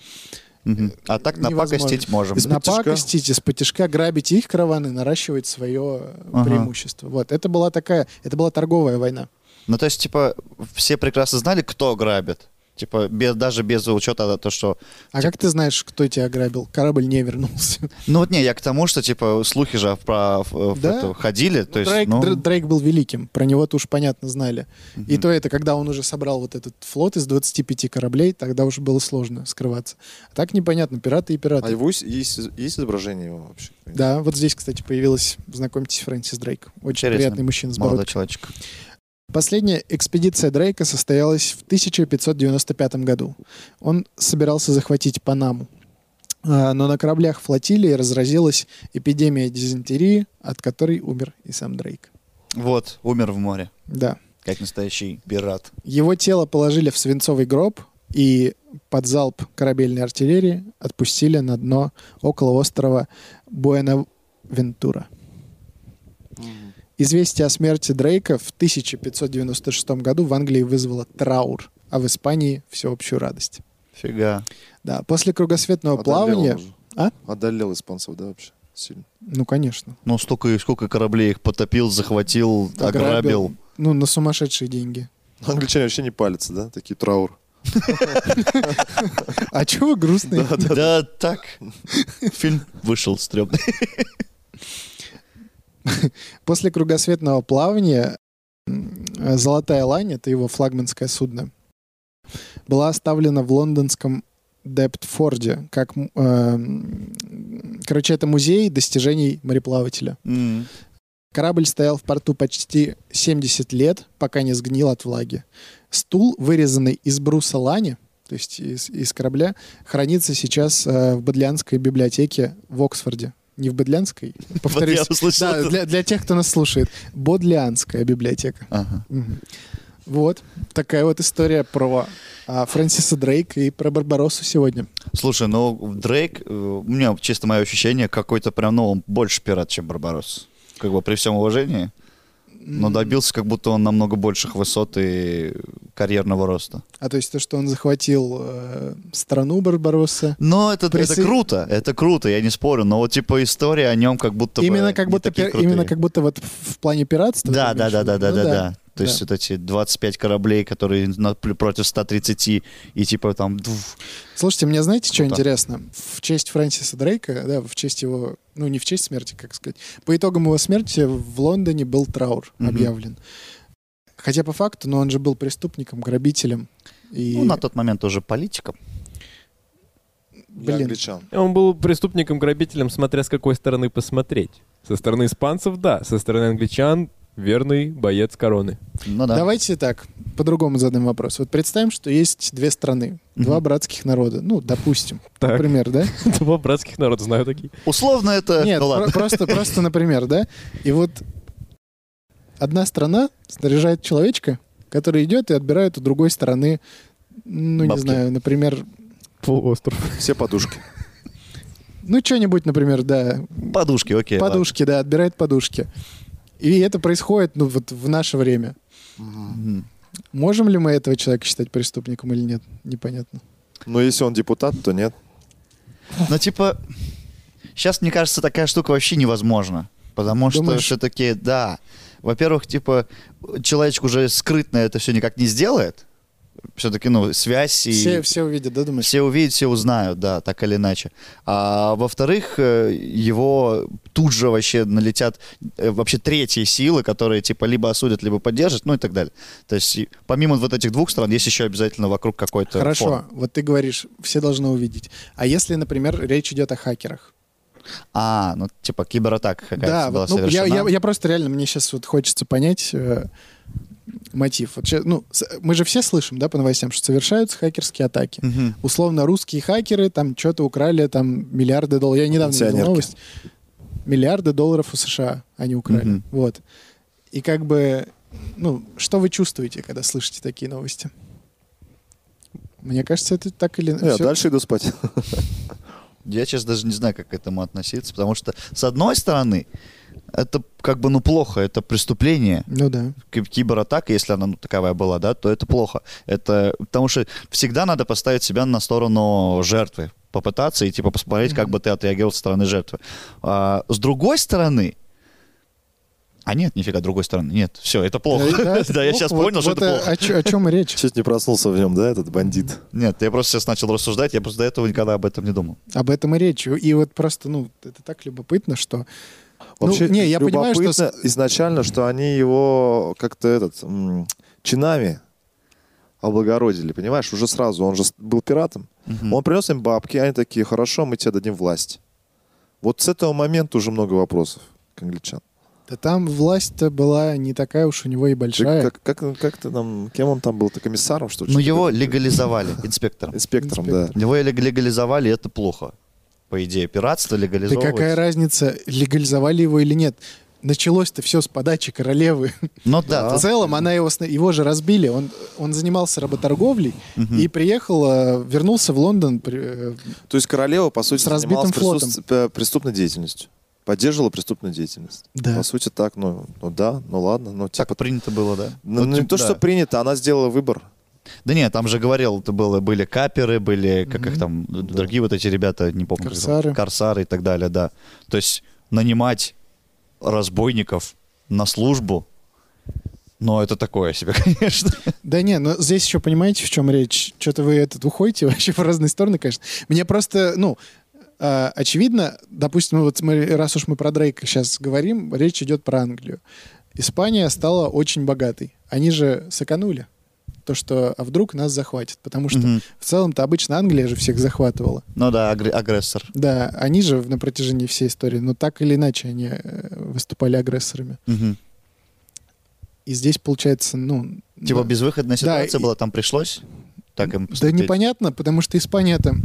[SPEAKER 4] Мгм. А так
[SPEAKER 2] э, невозможно.
[SPEAKER 4] напакостить можем.
[SPEAKER 3] Из-под тяжка.
[SPEAKER 2] Напакостить, из-под тяжка грабить их караваны, наращивать свое
[SPEAKER 4] Ага.
[SPEAKER 2] преимущество. Вот, это была такая, это была торговая война.
[SPEAKER 4] Ну, то есть, типа, все прекрасно знали, кто грабит. Типа, без, даже без учета то, что...
[SPEAKER 2] А как ты знаешь, кто тебя ограбил? Корабль не вернулся.
[SPEAKER 4] Ну вот не, я к тому, что, типа, слухи же про в- в
[SPEAKER 2] Да.
[SPEAKER 4] эту ходили, то есть,
[SPEAKER 2] Дрейк,
[SPEAKER 4] ну,
[SPEAKER 2] Др- Дрейк был великим, про него-то уж понятно знали. И то это, когда он уже собрал вот этот флот из 25 кораблей, тогда уже было сложно скрываться. А так непонятно, пираты и пираты.
[SPEAKER 3] А его есть, есть, есть изображение его вообще?
[SPEAKER 2] Да, вот здесь, кстати, появилась, знакомьтесь, Фрэнсис Дрейк. Очень
[SPEAKER 4] Интересно.
[SPEAKER 2] приятный мужчина с бородкой.
[SPEAKER 4] молодой человечек.
[SPEAKER 2] Последняя экспедиция Дрейка состоялась в 1595 году. Он собирался захватить Панаму. А, Но на кораблях флотилии разразилась эпидемия дизентерии, от которой умер и сам Дрейк.
[SPEAKER 4] Вот, умер в море,
[SPEAKER 2] Да.
[SPEAKER 4] как настоящий пират.
[SPEAKER 2] Его тело положили в свинцовый гроб и под залп корабельной артиллерии отпустили на дно около острова Буэнавентура. Известие о смерти Дрейка в 1596 году в Англии вызвало траур, а в Испании всеобщую радость.
[SPEAKER 4] Фига.
[SPEAKER 2] Да, после кругосветного
[SPEAKER 3] Одолел
[SPEAKER 2] плавания...
[SPEAKER 3] он же.
[SPEAKER 2] А?
[SPEAKER 3] Одолел испанцев, да, вообще? Сильно.
[SPEAKER 2] Ну, конечно.
[SPEAKER 4] Ну, столько, сколько кораблей их потопил, захватил, ограбил.
[SPEAKER 2] Ну, на сумасшедшие деньги.
[SPEAKER 3] Англичане вообще не палятся, да? Такие траур.
[SPEAKER 2] А чего грустный?
[SPEAKER 4] Да, так. Фильм вышел стрёмный.
[SPEAKER 2] После кругосветного плавания м, э, «Золотая лань», это его флагманское судно, была оставлена в лондонском Дептфорде. Как, м, э, м, короче, это музей достижений мореплавателя.
[SPEAKER 4] М.
[SPEAKER 2] Корабль стоял в порту почти 70 лет, пока не сгнил от влаги. Стул, вырезанный из бруса лани, то есть из, из корабля, хранится сейчас э, в Бодлянской библиотеке в Оксфорде. Не в Бодлянской, повторюсь.
[SPEAKER 4] Вот я услышал
[SPEAKER 2] Да,
[SPEAKER 4] это.
[SPEAKER 2] для, для тех, кто нас слушает. Бодлианская библиотека.
[SPEAKER 4] Ага.
[SPEAKER 2] Мгм. Вот. Такая вот история про а, Фрэнсиса Дрейка и про Барбаросу сегодня.
[SPEAKER 4] Слушай, ну Дрейк, э, у меня чисто мое ощущение, какой-то прям, ну, он больше пират, чем Барбарос. Как бы при всем уважении. Но добился как будто он намного больших высот и карьерного роста.
[SPEAKER 2] А то есть то, что он захватил э, страну Барбароса.
[SPEAKER 4] Но это, это
[SPEAKER 2] Присо-
[SPEAKER 4] круто, это круто, я не спорю. Но вот типа история о нем как будто бы
[SPEAKER 2] именно как
[SPEAKER 4] не
[SPEAKER 2] будто
[SPEAKER 4] такие
[SPEAKER 2] пи-
[SPEAKER 4] крутые.
[SPEAKER 2] именно как будто вот в плане пиратства.
[SPEAKER 4] Да,
[SPEAKER 2] ты
[SPEAKER 4] да,
[SPEAKER 2] имеешь
[SPEAKER 4] да,
[SPEAKER 2] в виду?
[SPEAKER 4] да, да,
[SPEAKER 2] Ну
[SPEAKER 4] да, да. То есть вот эти 25 кораблей, которые на- пл- против 130, и типа там... дв-
[SPEAKER 2] Слушайте, мне знаете, что
[SPEAKER 4] Круто.
[SPEAKER 2] интересно? В честь Фрэнсиса Дрейка, да, в честь его, ну не в честь смерти, как сказать, по итогам его смерти в Лондоне был траур
[SPEAKER 4] Мгм.
[SPEAKER 2] объявлен. Хотя по факту, но он же был преступником, грабителем. И,
[SPEAKER 4] Ну, на тот момент уже политиком.
[SPEAKER 3] Для
[SPEAKER 2] Блин.
[SPEAKER 3] англичан.
[SPEAKER 1] Он был преступником-грабителем, смотря с какой стороны посмотреть. Со стороны испанцев, да. Со стороны англичан, верный боец короны.
[SPEAKER 4] Ну да.
[SPEAKER 2] Давайте так, по-другому задам вопрос. Вот представим, что есть две страны,
[SPEAKER 4] Мгм.
[SPEAKER 2] два братских народа, ну, допустим,
[SPEAKER 1] Так,
[SPEAKER 2] например, да?
[SPEAKER 1] два братских народа знаю такие.
[SPEAKER 4] Условно это...
[SPEAKER 2] Нет,
[SPEAKER 4] ну ладно.
[SPEAKER 2] про- просто, просто, например, да? И вот одна страна снаряжает человечка, который идет и отбирает у другой стороны, ну, не
[SPEAKER 4] Бабки.
[SPEAKER 2] знаю, например,
[SPEAKER 1] Полуостров.
[SPEAKER 3] Все подушки.
[SPEAKER 2] ну, что-нибудь, например, да,
[SPEAKER 4] Подушки, окей. ладно.
[SPEAKER 2] подушки, да, отбирает подушки. И это происходит, ну, вот в наше время.
[SPEAKER 4] Мгм.
[SPEAKER 2] Можем ли мы этого человека считать преступником или нет? Непонятно.
[SPEAKER 3] Но если он депутат, то нет.
[SPEAKER 4] Ну, типа, сейчас, мне кажется, такая штука вообще невозможна. Потому что
[SPEAKER 2] Думаешь?
[SPEAKER 4] все-таки, да. Во-первых, типа, человечек уже скрытно это все никак не сделает. Все-таки, ну, связь и...
[SPEAKER 2] Все, все увидят, да, думаешь?
[SPEAKER 4] Все увидят, все узнают, да, так или иначе. А во-вторых, э, его тут же вообще налетят э, вообще третьи силы, которые типа либо осудят, либо поддержат, ну и так далее. То есть и помимо вот этих двух стран есть еще обязательно вокруг какой-то
[SPEAKER 2] Хорошо,
[SPEAKER 4] фон.
[SPEAKER 2] вот ты говоришь, все должны увидеть. А если, например, речь идет о хакерах?
[SPEAKER 4] А, ну типа кибератака какая-то
[SPEAKER 2] да,
[SPEAKER 4] была
[SPEAKER 2] вот, ну, я,
[SPEAKER 4] совершена.
[SPEAKER 2] я, я просто реально, мне сейчас вот хочется понять э, мотив. Вот щас- ну, с- мы же все слышим, да, по новостям, что совершаются хакерские атаки.
[SPEAKER 4] Мгм.
[SPEAKER 2] Условно, русские хакеры там что-то украли, там миллиарды долларов. Я недавно видел
[SPEAKER 3] Пенсионерки.
[SPEAKER 2] новость. Миллиарды долларов у США они украли.
[SPEAKER 4] Мгм.
[SPEAKER 2] Вот. И как бы, ну, что вы чувствуете, когда слышите такие новости? Мне кажется, это так или
[SPEAKER 3] Ну, я
[SPEAKER 4] Э,
[SPEAKER 2] всё-
[SPEAKER 3] дальше иду спать.
[SPEAKER 4] Я сейчас даже не знаю, как к этому относиться, потому что с одной стороны это как бы ну плохо, это преступление.
[SPEAKER 2] Ну да.
[SPEAKER 4] ки- кибератака, если она ну, таковая была, да, то это плохо. Это потому что всегда надо поставить себя на сторону жертвы, попытаться и типа посмотреть, как бы ты отреагировал со стороны жертвы. А, с другой стороны, А нет, нифига, другой стороны. Нет, все, это плохо.
[SPEAKER 2] Да, да, это
[SPEAKER 4] Да, я
[SPEAKER 2] плохо.
[SPEAKER 4] сейчас
[SPEAKER 2] Вот-
[SPEAKER 4] понял, что
[SPEAKER 2] вот
[SPEAKER 4] это
[SPEAKER 2] о-
[SPEAKER 4] плохо.
[SPEAKER 2] О, чё- о чем речь?
[SPEAKER 3] Чуть не проснулся в нем, да, этот бандит?
[SPEAKER 4] Нет, я просто сейчас начал рассуждать, я просто до этого никогда об этом не думал.
[SPEAKER 2] Об этом и речь. И вот просто, ну, это так любопытно, что... Ну,
[SPEAKER 3] Вообще,
[SPEAKER 2] не, я понимаю, что с-
[SPEAKER 3] любопытно изначально, что они его как-то этот м, чинами облагородили, понимаешь? Уже сразу, он же с- был пиратом. Он принес им бабки, они такие, хорошо, мы тебе дадим власть. Вот с этого момента уже много вопросов к англичан.
[SPEAKER 2] Да там власть-то была не такая уж у него и
[SPEAKER 3] Ты
[SPEAKER 2] большая.
[SPEAKER 3] как, как, как ты там, кем он там был? Ты комиссаром, что ли?
[SPEAKER 4] Ну,
[SPEAKER 3] Что-то
[SPEAKER 4] его
[SPEAKER 3] такое?
[SPEAKER 4] легализовали, инспектором.
[SPEAKER 3] Инспектором, да.
[SPEAKER 2] Инспектор.
[SPEAKER 4] Его лег- легализовали, и это плохо. По идее, пиратство
[SPEAKER 2] Да
[SPEAKER 4] легализовывать.
[SPEAKER 2] какая разница, легализовали его или нет? Началось-то все с подачи королевы.
[SPEAKER 4] Ну да,
[SPEAKER 3] А?
[SPEAKER 2] В
[SPEAKER 4] ты-
[SPEAKER 2] целом, она его, сна- его же разбили. Он, он занимался работорговлей
[SPEAKER 4] Мгм.
[SPEAKER 2] и приехал, э, вернулся в Лондон. при- э,
[SPEAKER 3] То есть королева, по сути,
[SPEAKER 2] С разбитым
[SPEAKER 3] занималась присутств- э, преступной деятельностью. Поддерживала преступную деятельность.
[SPEAKER 2] Да.
[SPEAKER 3] По сути, так, ну, ну да, ну ладно, ну
[SPEAKER 4] так
[SPEAKER 3] типа...
[SPEAKER 4] принято было, да?
[SPEAKER 3] Ну,
[SPEAKER 4] Вот,
[SPEAKER 3] не
[SPEAKER 4] типа,
[SPEAKER 3] то,
[SPEAKER 4] да.
[SPEAKER 3] что принято, она сделала выбор.
[SPEAKER 4] Да нет, там же говорил, это было, были каперы, были, как их там, другие вот эти ребята, не помню. как зовут,
[SPEAKER 2] Корсары.
[SPEAKER 4] Корсары и так далее, да. То есть нанимать разбойников на службу, но это такое себе, конечно.
[SPEAKER 2] Да не, но здесь еще понимаете, в чем речь? Что-то вы этот уходите вообще в разные стороны, конечно. Мне просто, ну, э, очевидно, допустим, ну, вот мы, раз уж мы про Дрейка сейчас говорим, речь идет про Англию. Испания стала очень богатой. Они же сэкономили то, что а вдруг нас захватят, потому Ну, что
[SPEAKER 4] Мгм.
[SPEAKER 2] в целом-то обычно Англия же всех захватывала.
[SPEAKER 4] Ну да, агр- агрессор.
[SPEAKER 2] Да, они же в- на протяжении всей истории, но так или иначе они э, выступали агрессорами.
[SPEAKER 4] Мгм.
[SPEAKER 2] И здесь получается, ну...
[SPEAKER 4] Типа
[SPEAKER 2] да.
[SPEAKER 4] безвыходная
[SPEAKER 2] Да,
[SPEAKER 4] ситуация
[SPEAKER 2] и-
[SPEAKER 4] была, там пришлось так им
[SPEAKER 2] Да
[SPEAKER 4] поступить.
[SPEAKER 2] непонятно, потому что Испания там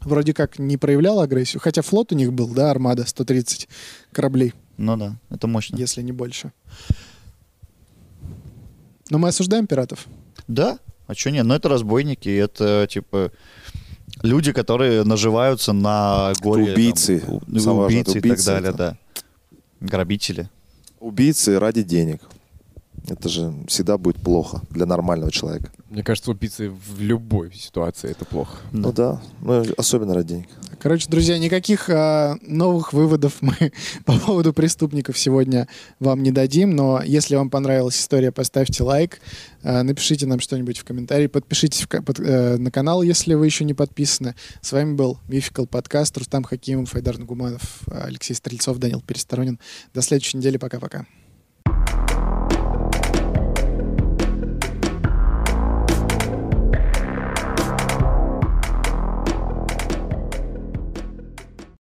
[SPEAKER 2] вроде как не проявляла агрессию, хотя флот у них был, да, армада, 130 кораблей,
[SPEAKER 4] Ну да, это мощно.
[SPEAKER 2] если не больше. Но мы осуждаем пиратов.
[SPEAKER 4] Да, а что нет? Ну это разбойники, это типа люди, которые наживаются на горе.
[SPEAKER 3] убийцы.
[SPEAKER 4] там, у- ну,
[SPEAKER 3] Самое важное,
[SPEAKER 4] убийцы
[SPEAKER 3] это
[SPEAKER 4] и так
[SPEAKER 3] убийцы,
[SPEAKER 4] далее,
[SPEAKER 3] это.
[SPEAKER 4] да. Грабители.
[SPEAKER 3] Убийцы ради денег. Это же всегда будет плохо для нормального человека.
[SPEAKER 1] Мне кажется, убийцы в любой ситуации это плохо.
[SPEAKER 3] Ну да, ну, особенно ради денег.
[SPEAKER 2] Короче, друзья, никаких а, новых выводов мы по поводу преступников сегодня вам не дадим, но если вам понравилась история, поставьте лайк, а, напишите нам что-нибудь в комментарии, подпишитесь в ка- под- э, на канал, если вы еще не подписаны. С вами был Мификал подкаст Рустам Хакимов, Айдар Нагуманов, Алексей Стрельцов, Данил Пересторонин. До следующей недели, пока-пока.